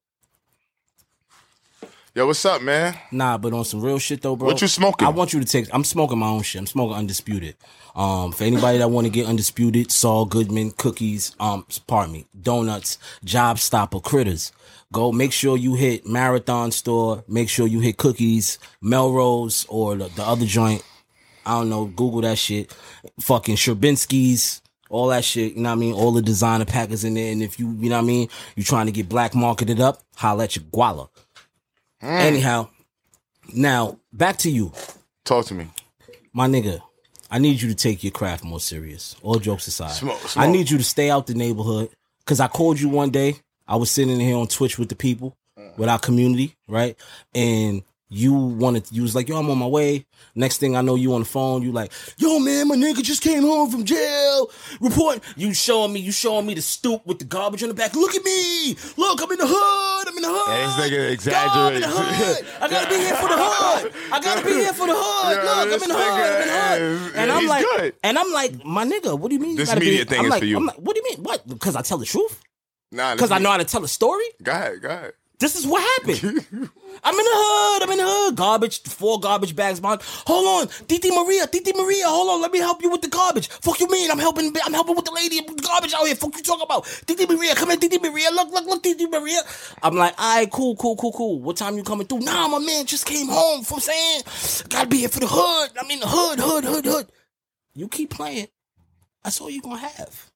Yo, what's up, man? Nah, but on some real shit though, bro. What you smoking? I want you to take. I'm smoking my own shit. I'm smoking Undisputed. Um, for anybody that want to get Undisputed, Saul Goodman cookies. Um, pardon me, donuts, Job Stopper, Critters. Go make sure you hit Marathon Store. Make sure you hit Cookies, Melrose, or the, the other joint. I don't know. Google that shit. Fucking Sherbinsky's. All that shit, you know what I mean? All the designer packers in there. And if you, you know what I mean? you trying to get black marketed up, holla at your guala. Mm. Anyhow, now back to you, Talk to me. my nigga. I need you to take your craft more serious. All jokes aside, Smoke, I smoke. need you to stay out the neighborhood because I called you one day. I was sitting here on Twitch with the people, Mm. with our community, right? And you wanted, you was like, "Yo, I'm on my way." Next thing I know, you on the phone. You like, "Yo, man, my nigga just came home from jail. Report." You showing me, you showing me the stoop with the garbage on the back. Look at me. Look, I'm in the hood. I'm in the hood. Yeah, this nigga God, I'm in the exaggerates. hood. I gotta be here for the hood. I gotta be here for the hood. Yeah, Look, I'm this in the hood. I'm in the hood. nigga is- and I'm he's like, good. and I'm like, my nigga, what do you mean? you This gotta be- media thing I'm is like, for you. I'm like, what do you mean? What? Because I tell the truth? Nah, Because I listen. know how to tell a story? Go ahead, go ahead. This is what happened. I'm in the hood. I'm in the hood. Garbage, four garbage bags behind. Hold on, Titi Maria, Titi Maria. Hold on, let me help you with the garbage. Fuck you mean? I'm helping. I'm helping with the lady with the garbage out here. Fuck you talking about? Titi Maria, come here, Titi Maria. Look, look, look, Titi Maria. I'm like, all right, cool, cool, cool, cool. What time you coming through? Nah, my man just came home. From saying, gotta be here for the hood. I mean, the hood, hood, hood, hood. You keep playing. That's all you gonna have.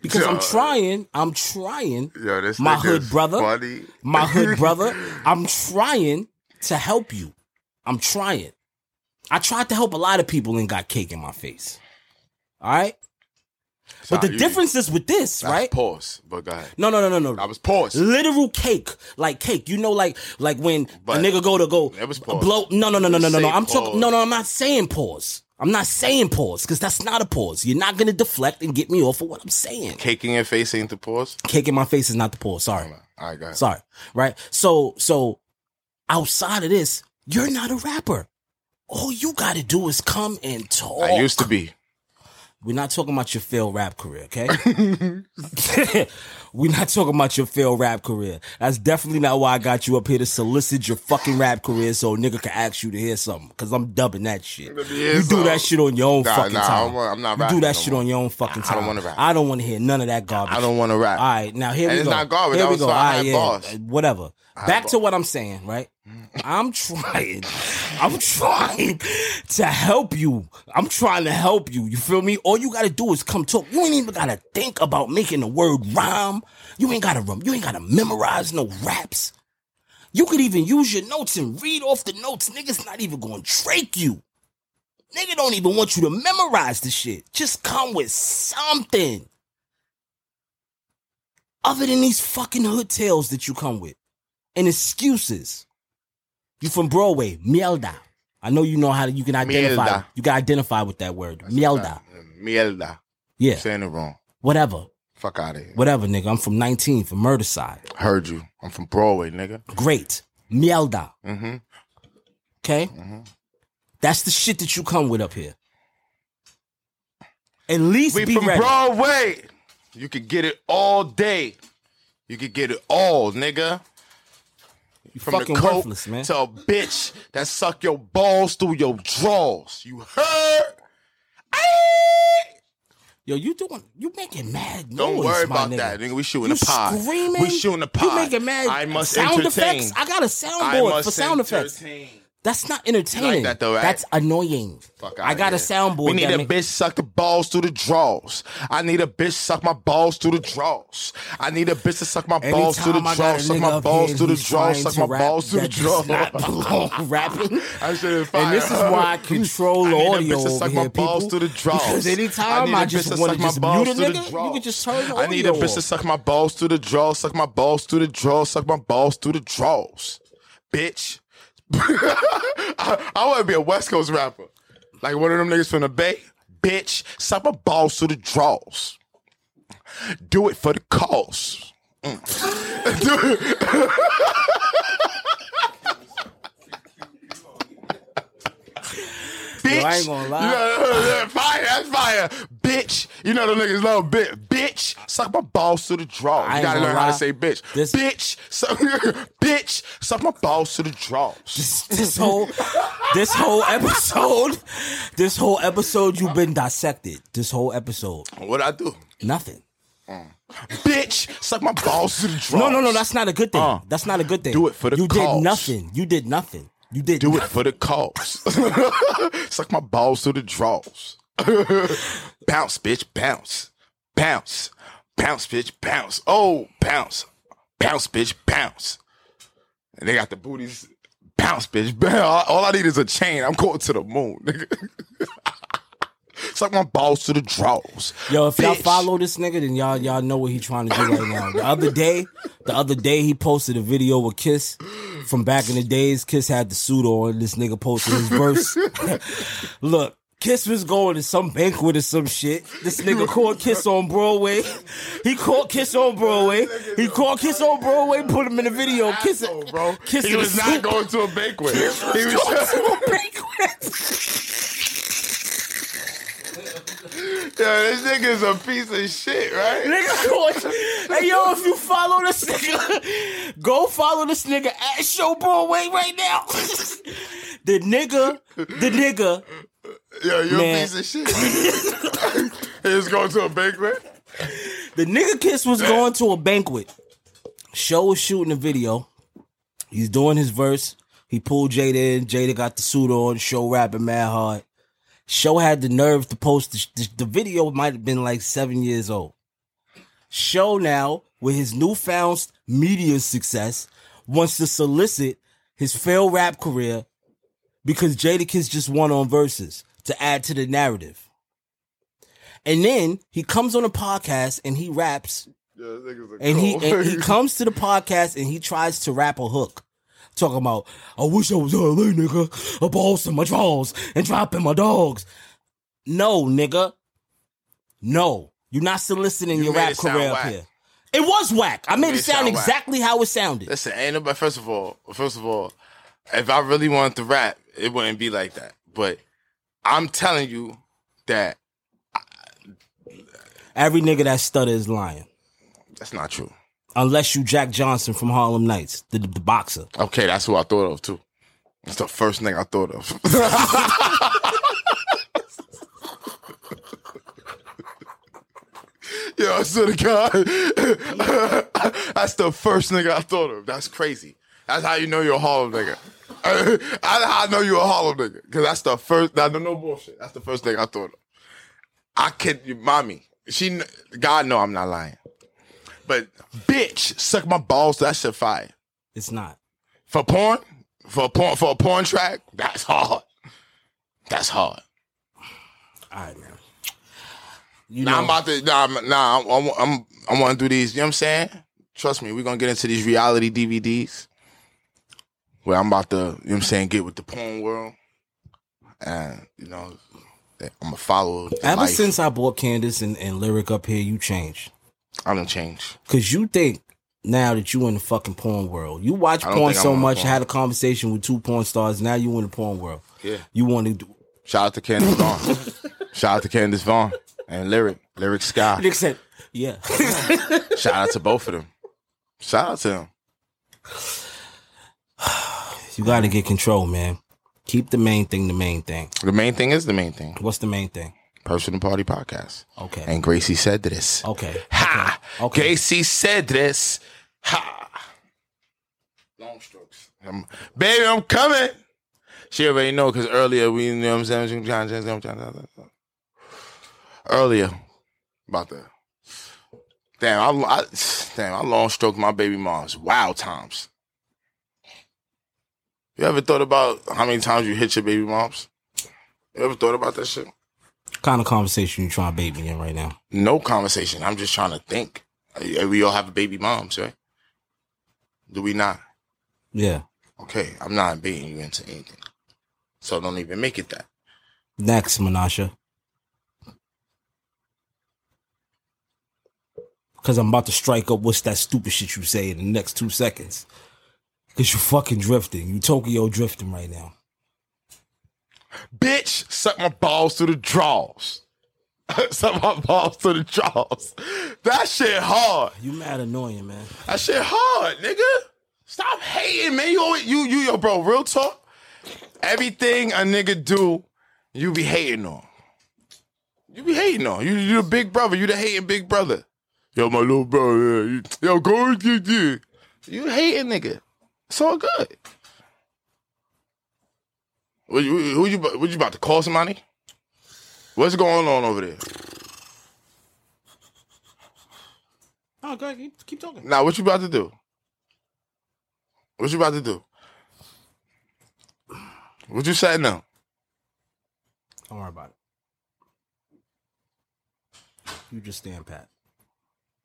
Because I'm Yeah. trying. I'm trying Yo, this my nigga hood is brother, funny. my hood brother. I'm trying to help you. I'm trying. I tried to help a lot of people and got cake in my face. All right, but the Sorry, you- difference is with this, I was right? Paused, but go ahead. No, no, no, no, no. I was paused. Literal cake, like cake. You know, like like when But a nigga go to go that was pause. blow. No, no, no, no, no, no, no. Say I'm talking. No, pause. no, I'm not saying pause. I'm not saying pause because that's not a pause. You're not gonna deflect and get me off of what I'm saying. Cake in your face ain't the pause. Cake in my face is not the pause. Sorry. All right, go ahead. Sorry. Right? So so outside of this, you're not a rapper. All you gotta do is come and talk. I used to be. We're not talking about your failed rap career, okay? We're not talking about your failed rap career. That's definitely not why I got you up here to solicit your fucking rap career so a nigga can ask you to hear something. Cause I'm dubbing that shit. Let me hear You do that something. shit on your own Nah, fucking nah, I time. don't wanna- I'm not you do rapping that no shit more. on your own fucking I time. don't wanna rap. I don't want to hear none of that garbage. I don't wanna rap. All right, now here And we it's go. not garbage. Here That we was go. fine. All I right, had yeah, bars. whatever. Back to what I'm saying, right? I'm trying. I'm trying to help you. I'm trying to help you. You feel me? All you gotta do is come talk. You ain't even gotta think about making the word rhyme. You ain't gotta rhyme. You ain't gotta memorize no raps. You could even use your notes and read off the notes. Niggas not even gonna trake you. Nigga don't even want you to memorize the shit. Just come with something. Other than these fucking hood tales that you come with. And excuses. You from Broadway, mielda. I know you know how you can identify. Mielda. You can identify with that word. mielda. Mielda. Yeah. I'm saying it wrong. Whatever. Fuck out of here. Whatever, nigga. I'm from 19 for murder side. Heard you. I'm from Broadway, nigga. Great. Mielda. Mm-hmm. Okay? That's the shit that you come with up here. At least We be from ready. Broadway. You could get it all day. You could get it all, nigga. you From fucking the coke worthless, man. to a bitch that suck your balls through your drawers. You heard? Ayy! Yo, you doing? You making mad noise? Don't worry my about nigga. that, nigga. We shooting you the pod. Screaming? We shooting the pod. You making mad? I must sound entertain. effects. I got a I soundboard must for sound effects. entertain. That's not entertaining. You like that though, right? That's annoying. Fuck I outta got a here. soundboard. We need that a make- bitch suck the balls through the drawers. I need a bitch suck my balls through the drawers. I need a bitch to suck my balls through the Anytime I got a drawers. Suck nigga my up balls here through the who's drawers. trying Suck to my rap balls through the that does not drawers. belong rapping. That shit is And this is fire. why I control I need a audio bitch to over suck here, my balls people. through the drawers. Because anytime need a I bitch just to wanna suck my just balls mute a through the nigga, you drawers. can just turn the I need a audio bitch to off. suck my balls through the drawers. Suck my balls through the drawers. Suck my balls through the drawers. Bitch. I, I want to be a West Coast rapper. Like one of them niggas from the Bay. Bitch, suck my balls through the drawers. Do it for the cause. Mm. Do it- bitch. I ain't gonna lie. You know, that's fire, that's fire. Bitch. You know them niggas love bit. Bitch, suck my balls to the draw. I You ain't gotta gonna learn how to lie. say bitch. This- bitch, suck, bitch, suck my balls to the draws. this whole this whole episode this whole episode you've been dissected this whole episode What I do? nothing Bitch, suck my balls to the draws. no no no that's not a good thing Uh, that's not a good thing do it for the you cause. did nothing you did nothing you did Do it for the cause. suck my balls to the draws. bounce, bitch, bounce. Bounce. Bounce, bitch, bounce. Oh, bounce. Bounce, bitch, bounce. And they got the booties. Bounce, bitch, bounce. All- All I need is a chain. I'm going to the moon, nigga. Suck my balls to the draws. Yo, if y'all Bitch. follow this nigga, then y'all y'all know what he trying to do right now. The other day, the other day he posted a video with Kiss from back in the days. Kiss had the suit on. This nigga posted his verse. Look. Kiss was going to some banquet or some shit. This nigga caught Kiss on Broadway. He caught Kiss on Broadway. He caught Kiss on Broadway. Put him in the video. Kiss, Asshole, bro. Kiss he in was the not suit. going to a banquet. He was Yo, this nigga's a piece of shit, right? Nigga, George. hey yo, if you follow this nigga, go follow this nigga at Show Broadway right now. the nigga, the nigga, Yo, you a Man. piece of shit. he was going to a banquet. the nigga kiss was going to a banquet. Show was shooting a video. He's doing his verse. He pulled Jada in. Jada got the suit on. Show rapping mad hard. Show had the nerve to post the, the, the video. Might have been like seven years old. Show now, with his newfound media success, wants to solicit his failed rap career because Jadakiss just won on verses to add to the narrative. And then he comes on a podcast and he raps Yo, this nigga's a and he cold. and he comes to the podcast and he tries to rap a hook. Talking about, I wish I was a LA nigga, a balls in my drawers and dropping my dogs. No, nigga. No. You're not soliciting You your made rap it sound career up whack. here. It was whack. I made, made it it sound, sound whack. exactly how it sounded. Listen, ain't nobody. First of all, first of all, if I really wanted to rap, it wouldn't be like that. But I'm telling you that Every nigga that stutter is lying. that's not true. Unless you Jack Johnson from Harlem Nights, the, the boxer. Okay, that's who I thought of too. That's the first thing I thought of. Yo, I swear to God, that's the first nigga I thought of. That's crazy. That's how you know you're a Harlem nigga. That's how I know you're a Harlem nigga. Because that's the first, I no bullshit. That's the first thing I thought of. I kid you, mommy. She, kn- God, no, I'm not lying. But bitch, suck my balls. That shit fire. It's not. For porn? For a porn, for a porn track? That's hard. That's hard. All right, man. You Nah, know, I'm about to. Nah, I'm, nah, I'm, I'm, I'm, I want to do these. You know what I'm saying? Trust me, we're gonna get into these reality DVDs. Where I'm about to, you know what I'm saying, get with the porn world, and you know, I'm a follower. ever since I bought Candace and, and Lyric up here, you changed. I don't change. Cause you think now that you in the fucking porn world, you watch I don't porn think so I'm on much. porn. Had a conversation with two porn stars. Now you in the porn world. Yeah. You want to do? Shout out to Candace Vaughn. Shout out to Candace Vaughn and Lyric, Lyric Sky. Nick said, "Yeah, Shout out to both of them. Shout out to them. you got to get control, man. Keep the main thing the main thing. The main thing is the main thing. What's the main thing? Personal Party Podcast. Okay. And Gracie said this. Okay. Ha! Oh, Okay. Gracie said this. Ha! Long strokes. I'm- baby, I'm coming. She already know because earlier we you know what I'm saying. Jim John, Jim John, Jim John, Jim John. Earlier about that. Damn, I, I damn, I long stroked my baby moms. Wow, times. You ever thought about how many times you hit your baby moms? You ever thought about that shit? kind of conversation you trying to bait me in right now? no conversation. I'm just trying to think. Uh, We all have baby moms, right? Do we not? Yeah. Okay, I'm not baiting you into anything. So don't even make it that. Next, Menasha. Because I'm about to strike up what's that stupid shit you say in the next two seconds. Because you fucking drifting. You Tokyo drifting right now. Bitch, suck my balls to the draws. suck my balls to the draws. That shit hard. You mad annoying, man. That shit hard, nigga. Stop hating, man. You always, you you yo, bro. Real talk. Everything a nigga do, you be hating on. You be hating on. You you the big brother. You the hating big brother. Yo, my little brother. yeah, you- Yo, go and get you. You hating nigga. It's all good. What you, who you what you about to call somebody? What's going on over there? Oh, go ahead. Keep, keep talking. Now, what you about to do? What you about to do? What you say now? Don't worry about it. You just stand pat.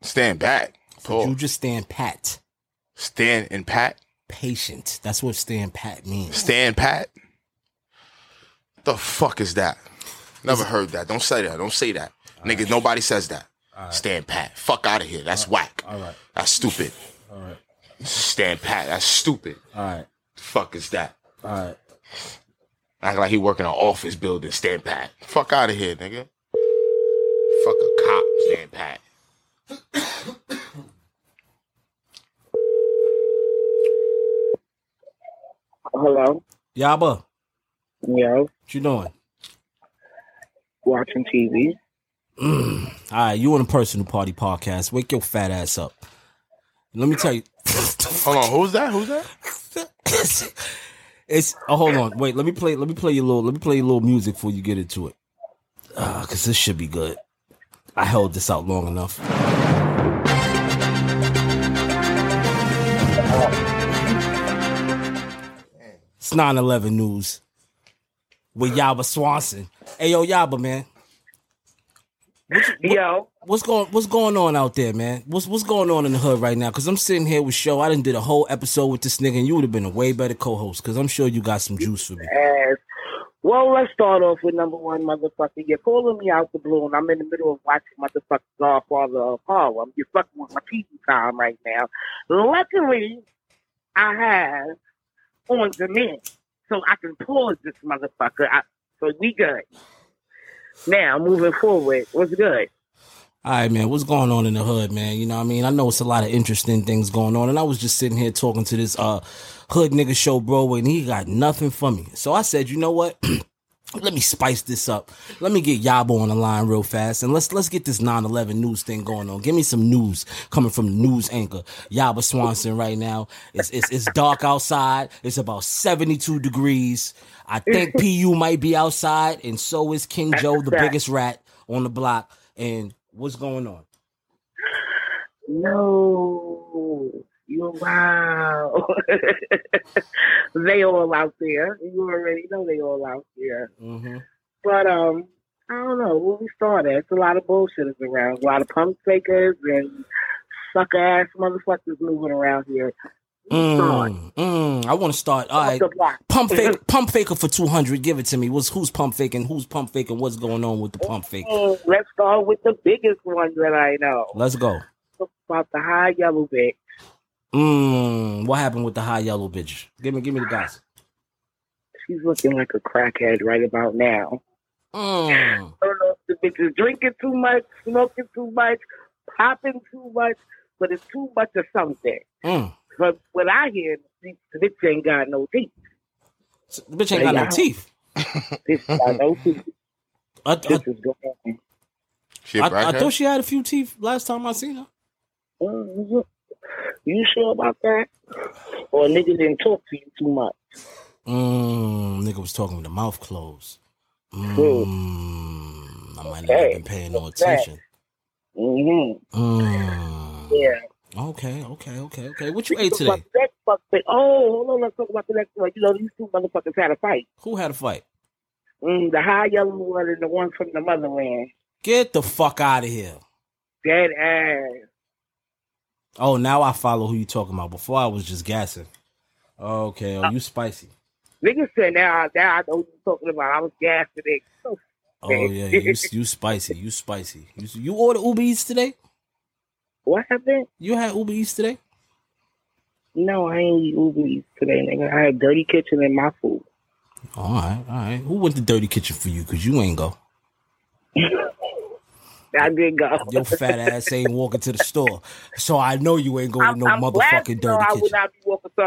Stand back. You Paul. just stand pat. Stand and pat. Patient. That's what stand pat means. Stand pat. The fuck is that? Never heard that. Don't say that. Don't say that. Niggas, nobody says that. Stand pat. Fuck out of here. That's whack. All right. That's stupid. All right. Stand pat. That's stupid. All right. fuck is that? All right. Act like he work in an office building, stand pat. Fuck out of here, nigga. Fuck a cop, stand pat. Hello. Yaba, Yo, what you doing? watching TV. Mm. All right, you on a personal party podcast. Wake your fat ass up. Let me tell you. Hold on, who's that? Who's that? it's oh, hold on. Wait, let me play. Let me play your little. Let me play your little music before you get into it. Uh, cause this should be good. I held this out long enough. It's 9-11 news with Yaba Swanson. Hey yo, Yaba man. Yo, What's going What's going on out there, man? What's What's going on in the hood right now? Because I'm sitting here with Show. I done did a whole episode with this nigga, and you would have been a way better co-host. Because I'm sure you got some juice for me. ass. Well, let's start off with number one, motherfucker. You're calling me out the blue, and I'm in the middle of watching motherfucking Godfather of Harlem. You're fucking with my TV time right now. Luckily, I have on demand, so I can pause this motherfucker. I, so we good. Now, moving forward, what's good? All right, man. What's going on in the hood, man? You know, what I mean, I know it's a lot of interesting things going on, and I was just sitting here talking to this uh hood nigga show Broadway, and he got nothing for me. So I said, you know what? let me spice this up. Let me get Yabo on the line real fast, and let's let's get this 9/11 news thing going on. Give me some news coming from the news anchor Yabo Swanson right now. It's it's, it's dark outside. It's about 72 degrees. I think PU might be outside, and so is King Joe, the biggest rat on the block. And what's going on? No, you wow. they all out there. You already know they all out there. Mm-hmm. But um, I don't know where we started. It's a lot of bullshitters around. A lot of pump fakers and sucker ass motherfuckers moving around here. Mm, mm, I want to start. All right, the block. pump fake, pump faker for two hundred. Give it to me. What's who's pump faking? Who's pump faking? What's going on with the pump fake? Mm, Let's start with the biggest one that I know. Let's go. Talk about the high yellow bitch. Mm, what happened with the high yellow bitch? Give me, give me the gossip. She's looking like a crackhead right about now. Mm. I don't know if the bitch is drinking too much, smoking too much, popping too much, but it's too much of something. Mm. But what I hear, the bitch ain't got no teeth. The bitch ain't got no teeth. Bitch got no teeth. I, I, This is going She a I, I crackhead? thought she had a few teeth last time I seen her. on. Mm-hmm. You sure about that? Or niggas didn't talk to you too much. Mm, nigga was talking with the mouth closed. True. Mm, I might not have been paying no attention. hmm Mm, Yeah. okay, okay, okay, okay. What you ate today? That fuck thing. Oh, hold on. Let's talk about the next one. You know, these two motherfuckers had a fight. Who had a fight? Mm, the high yellow one and the one from the motherland. Get the fuck out of here. Dead ass. Oh, now I follow who you talking about. Before I was just gassing. Okay, oh, you spicy. Niggas said now, now I know what you're talking about. I was gassing it. So Oh yeah, you you spicy, you spicy. You you order Uber Eats today? What happened? You had Uber Eats today? No, I ain't eat Uber Eats today, nigga. I had dirty kitchen in my food. All right, all right. Who went to Dirty Kitchen for you? Cause you ain't go. I did go. Your fat ass ain't walking to the store, so I know you ain't going I'm, to no I'm glad you motherfucking know Dirty I would Kitchen. not be walking to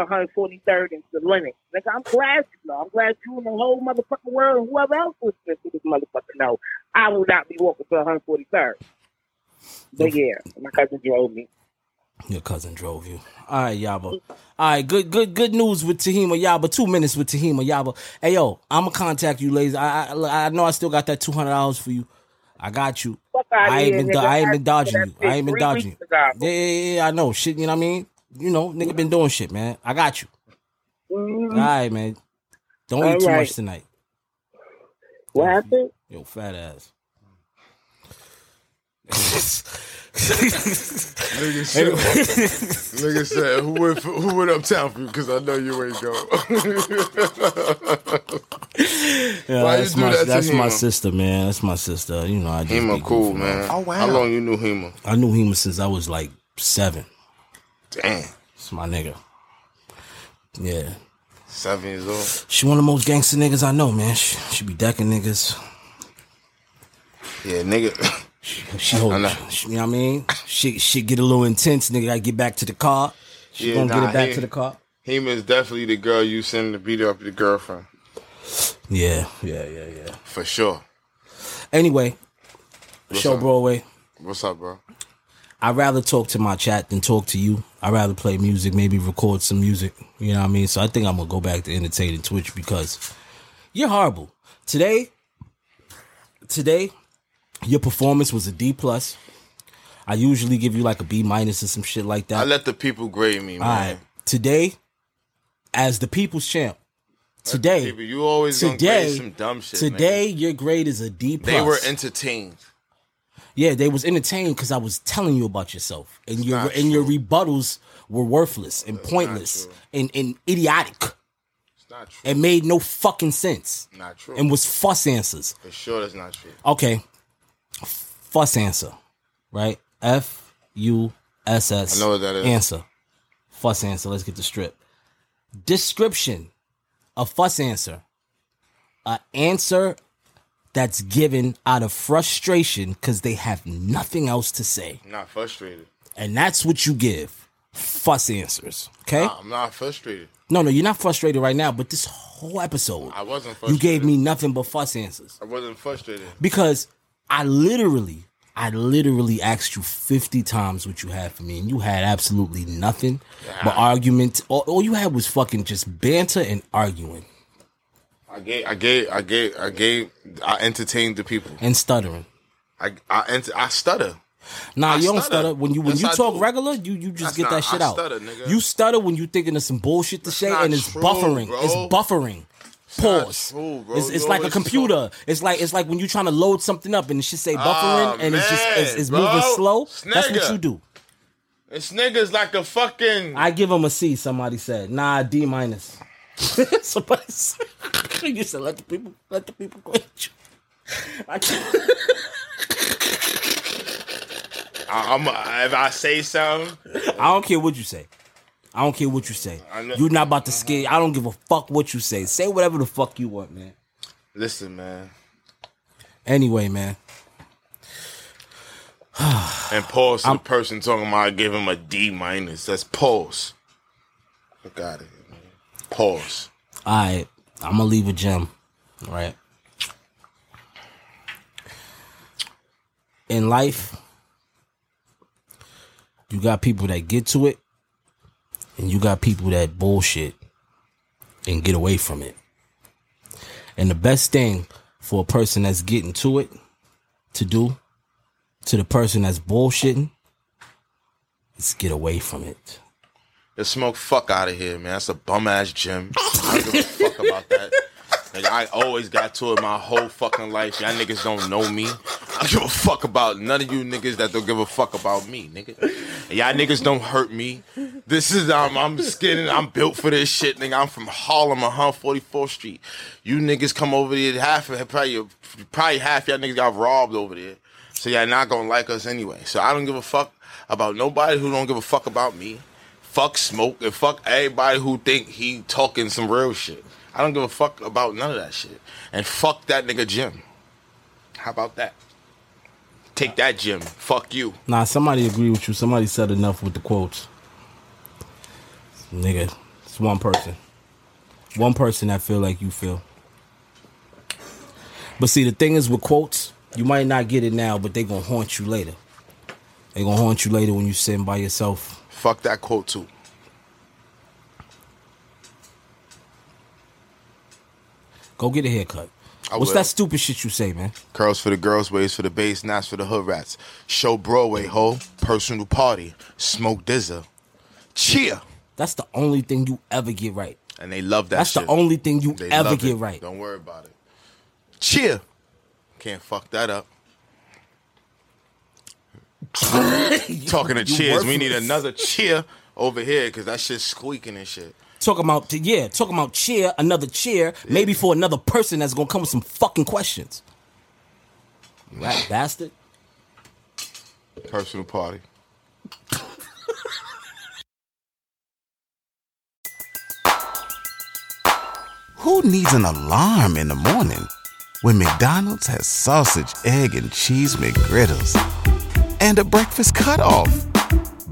143rd and the Lennox. Nigga, I'm glad you know. I'm glad you and the whole motherfucking world and whoever else was to this motherfucker know. I will not be walking to 143rd. But yeah, my cousin drove me. Your cousin drove you. All right, Yaba. All right, good, good, good news with Tahima Yaba. Two minutes with Tahima Yaba. Hey yo, I'ma contact you, ladies. I, I I know I still got that two hundred dollars for you. I got you. Fuck outta I ain't here, been nigga. I ain't been I asked dodging you for you. that I ain't been shit three dodging you. weeks ago. Yeah, yeah, yeah, I know. Shit, you know what I mean? You know, nigga been doing shit, man. I got you. Mm-hmm. All right, man. Don't All eat too right. much tonight. What happened? Yo, fat ass. Nigga said, nigga said, who went for, who went uptown for you? Because I know you ain't go. Yeah, Why you that's do my that to that's my Hema? sister, man. That's my sister. You know, I just be Hema cool goofing man. off. Oh wow. How long you knew Hema? I knew him since I was like seven. Damn, It's my nigga. Yeah, seven years old. she one of the most gangster niggas I know, man. She, she be decking niggas. Yeah, nigga. She hold, I know. she- you know what I mean? She she get a little intense, nigga. I get back to the car. She Yeah, gonna get nah, it back he- to the car. Hema is definitely the girl you send to beat up your girlfriend Yeah, yeah, yeah, yeah. for sure. Anyway, show up? Broadway. What's up, bro? I'd rather talk to my chat than talk to you. I'd rather play music, maybe record some music. You know what I mean? So I think I'm gonna go back to entertaining Twitch because you're horrible. Today, today, your performance was a D plus. I usually give you like a B minus or some shit like that. I let the people grade me, All right. man. Today, as the people's champ, today, People, you always gonna today, grade some dumb shit. nigga. today, your grade is a D plus. they were entertained. Yeah, they was entertained because I was telling you about yourself, and your not and your rebuttals were worthless and pointless and, and idiotic It's not true. and made no fucking sense not true. and was fuss answers. for sure, that's not true. Okay, fuss answer, right? F U S S. I know what that is. Answer, fuss answer. Let's get the strip description. A fuss answer, a answer that's given out of frustration because they have nothing else to say. I'm not frustrated. and that's what you give fuss answers. Okay, Nah, I'm not frustrated. No, no, you're not frustrated right now, but this whole episode, I wasn't you frustrated. gave me nothing but fuss answers I wasn't frustrated. because I literally, I literally asked you 50 times what you had for me, and you had absolutely nothing but argument. All, all you had was fucking just banter and arguing I gave, I gave, I gave, I gave, I entertained the people. and stuttering. I, I, ent- I stutter. Nah, I you don't stutter. stutter when you when Yes, you I talk do. regular. You you just That's get not- that shit I out. stutter, nigga. You stutter when you thinking of some bullshit to say, not and it's true, buffering. bro. It's buffering. not Pause. true, bro. it's it's You like a always computer. It's like it's like when you trying to load something up and it should say buffering Ah, and it's just it's, man, it's moving bro. slow. That's what Snigger. you do. This nigga's like a fucking. I give him a C. Somebody said, "Nah, D minus." somebody said, "You said let the people let the people quit." you." I can't. I, I'm. A, if I say something, I don't care what you say. I don't care what you say. know- You're not about to scare. I don't give a fuck what you say. Say whatever the fuck you want, man. listen, man. Anyway, man. And pause to the person talking about I give him a D minus. That's pause. Look out of here, man. Pause. All right. I'm going to leave a gem. Right. In life, you got people that get to it, and you got people that bullshit and get away from it. And the best thing for a person that's getting to it to do to the person that's bullshitting is get away from it. Just smoke fuck out of here, man. That's a bum ass gym. I don't give a fuck about that. Like I always got to it my whole fucking life. Y'all niggas don't know me. I don't give a fuck about none of you niggas that don't give a fuck about me, nigga. And Y'all niggas don't hurt me. This is I'm I'm skinning. I'm built for this shit, nigga. I'm from Harlem, I'm 44th Street. You niggas come over there, half of probably probably half y'all niggas got robbed over there. So y'all not gonna like us anyway. So I don't give a fuck about nobody who don't give a fuck about me fuck smoke and fuck everybody who think he talking some real shit. I don't give a fuck about none of that shit. And fuck that nigga Jim. How about that? Take that Jim. Fuck you. Nah, somebody agree with you. Somebody said enough with the quotes. Nigga, it's one person. One person that feel like you feel. But see, the thing is with quotes, you might not get it now, but they gonna haunt you later. They gonna haunt you later when you sitting by yourself. Fuck that quote too. Go get a haircut. I What's will. that stupid shit you say, man? Curls for the girls, waves for the bass, knots for the hood rats. Show Broadway, ho. Personal party. Smoke dizza. Cheer. That's the only thing you ever get right. And they love that That's shit. the only thing you They ever love get it. right. Don't worry about it. Cheer. Can't fuck that up. Talking to you cheers, we need worthless. another cheer over here because that shit's squeaking and shit. Talking about yeah, talking about cheer, another cheer, maybe for another person that's gonna come with some fucking questions. You Rat bastard. Personal party. Who needs an alarm in the morning when McDonald's has sausage, egg, and cheese McGriddles and a breakfast cutoff?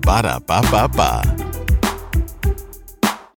Ba da ba ba ba.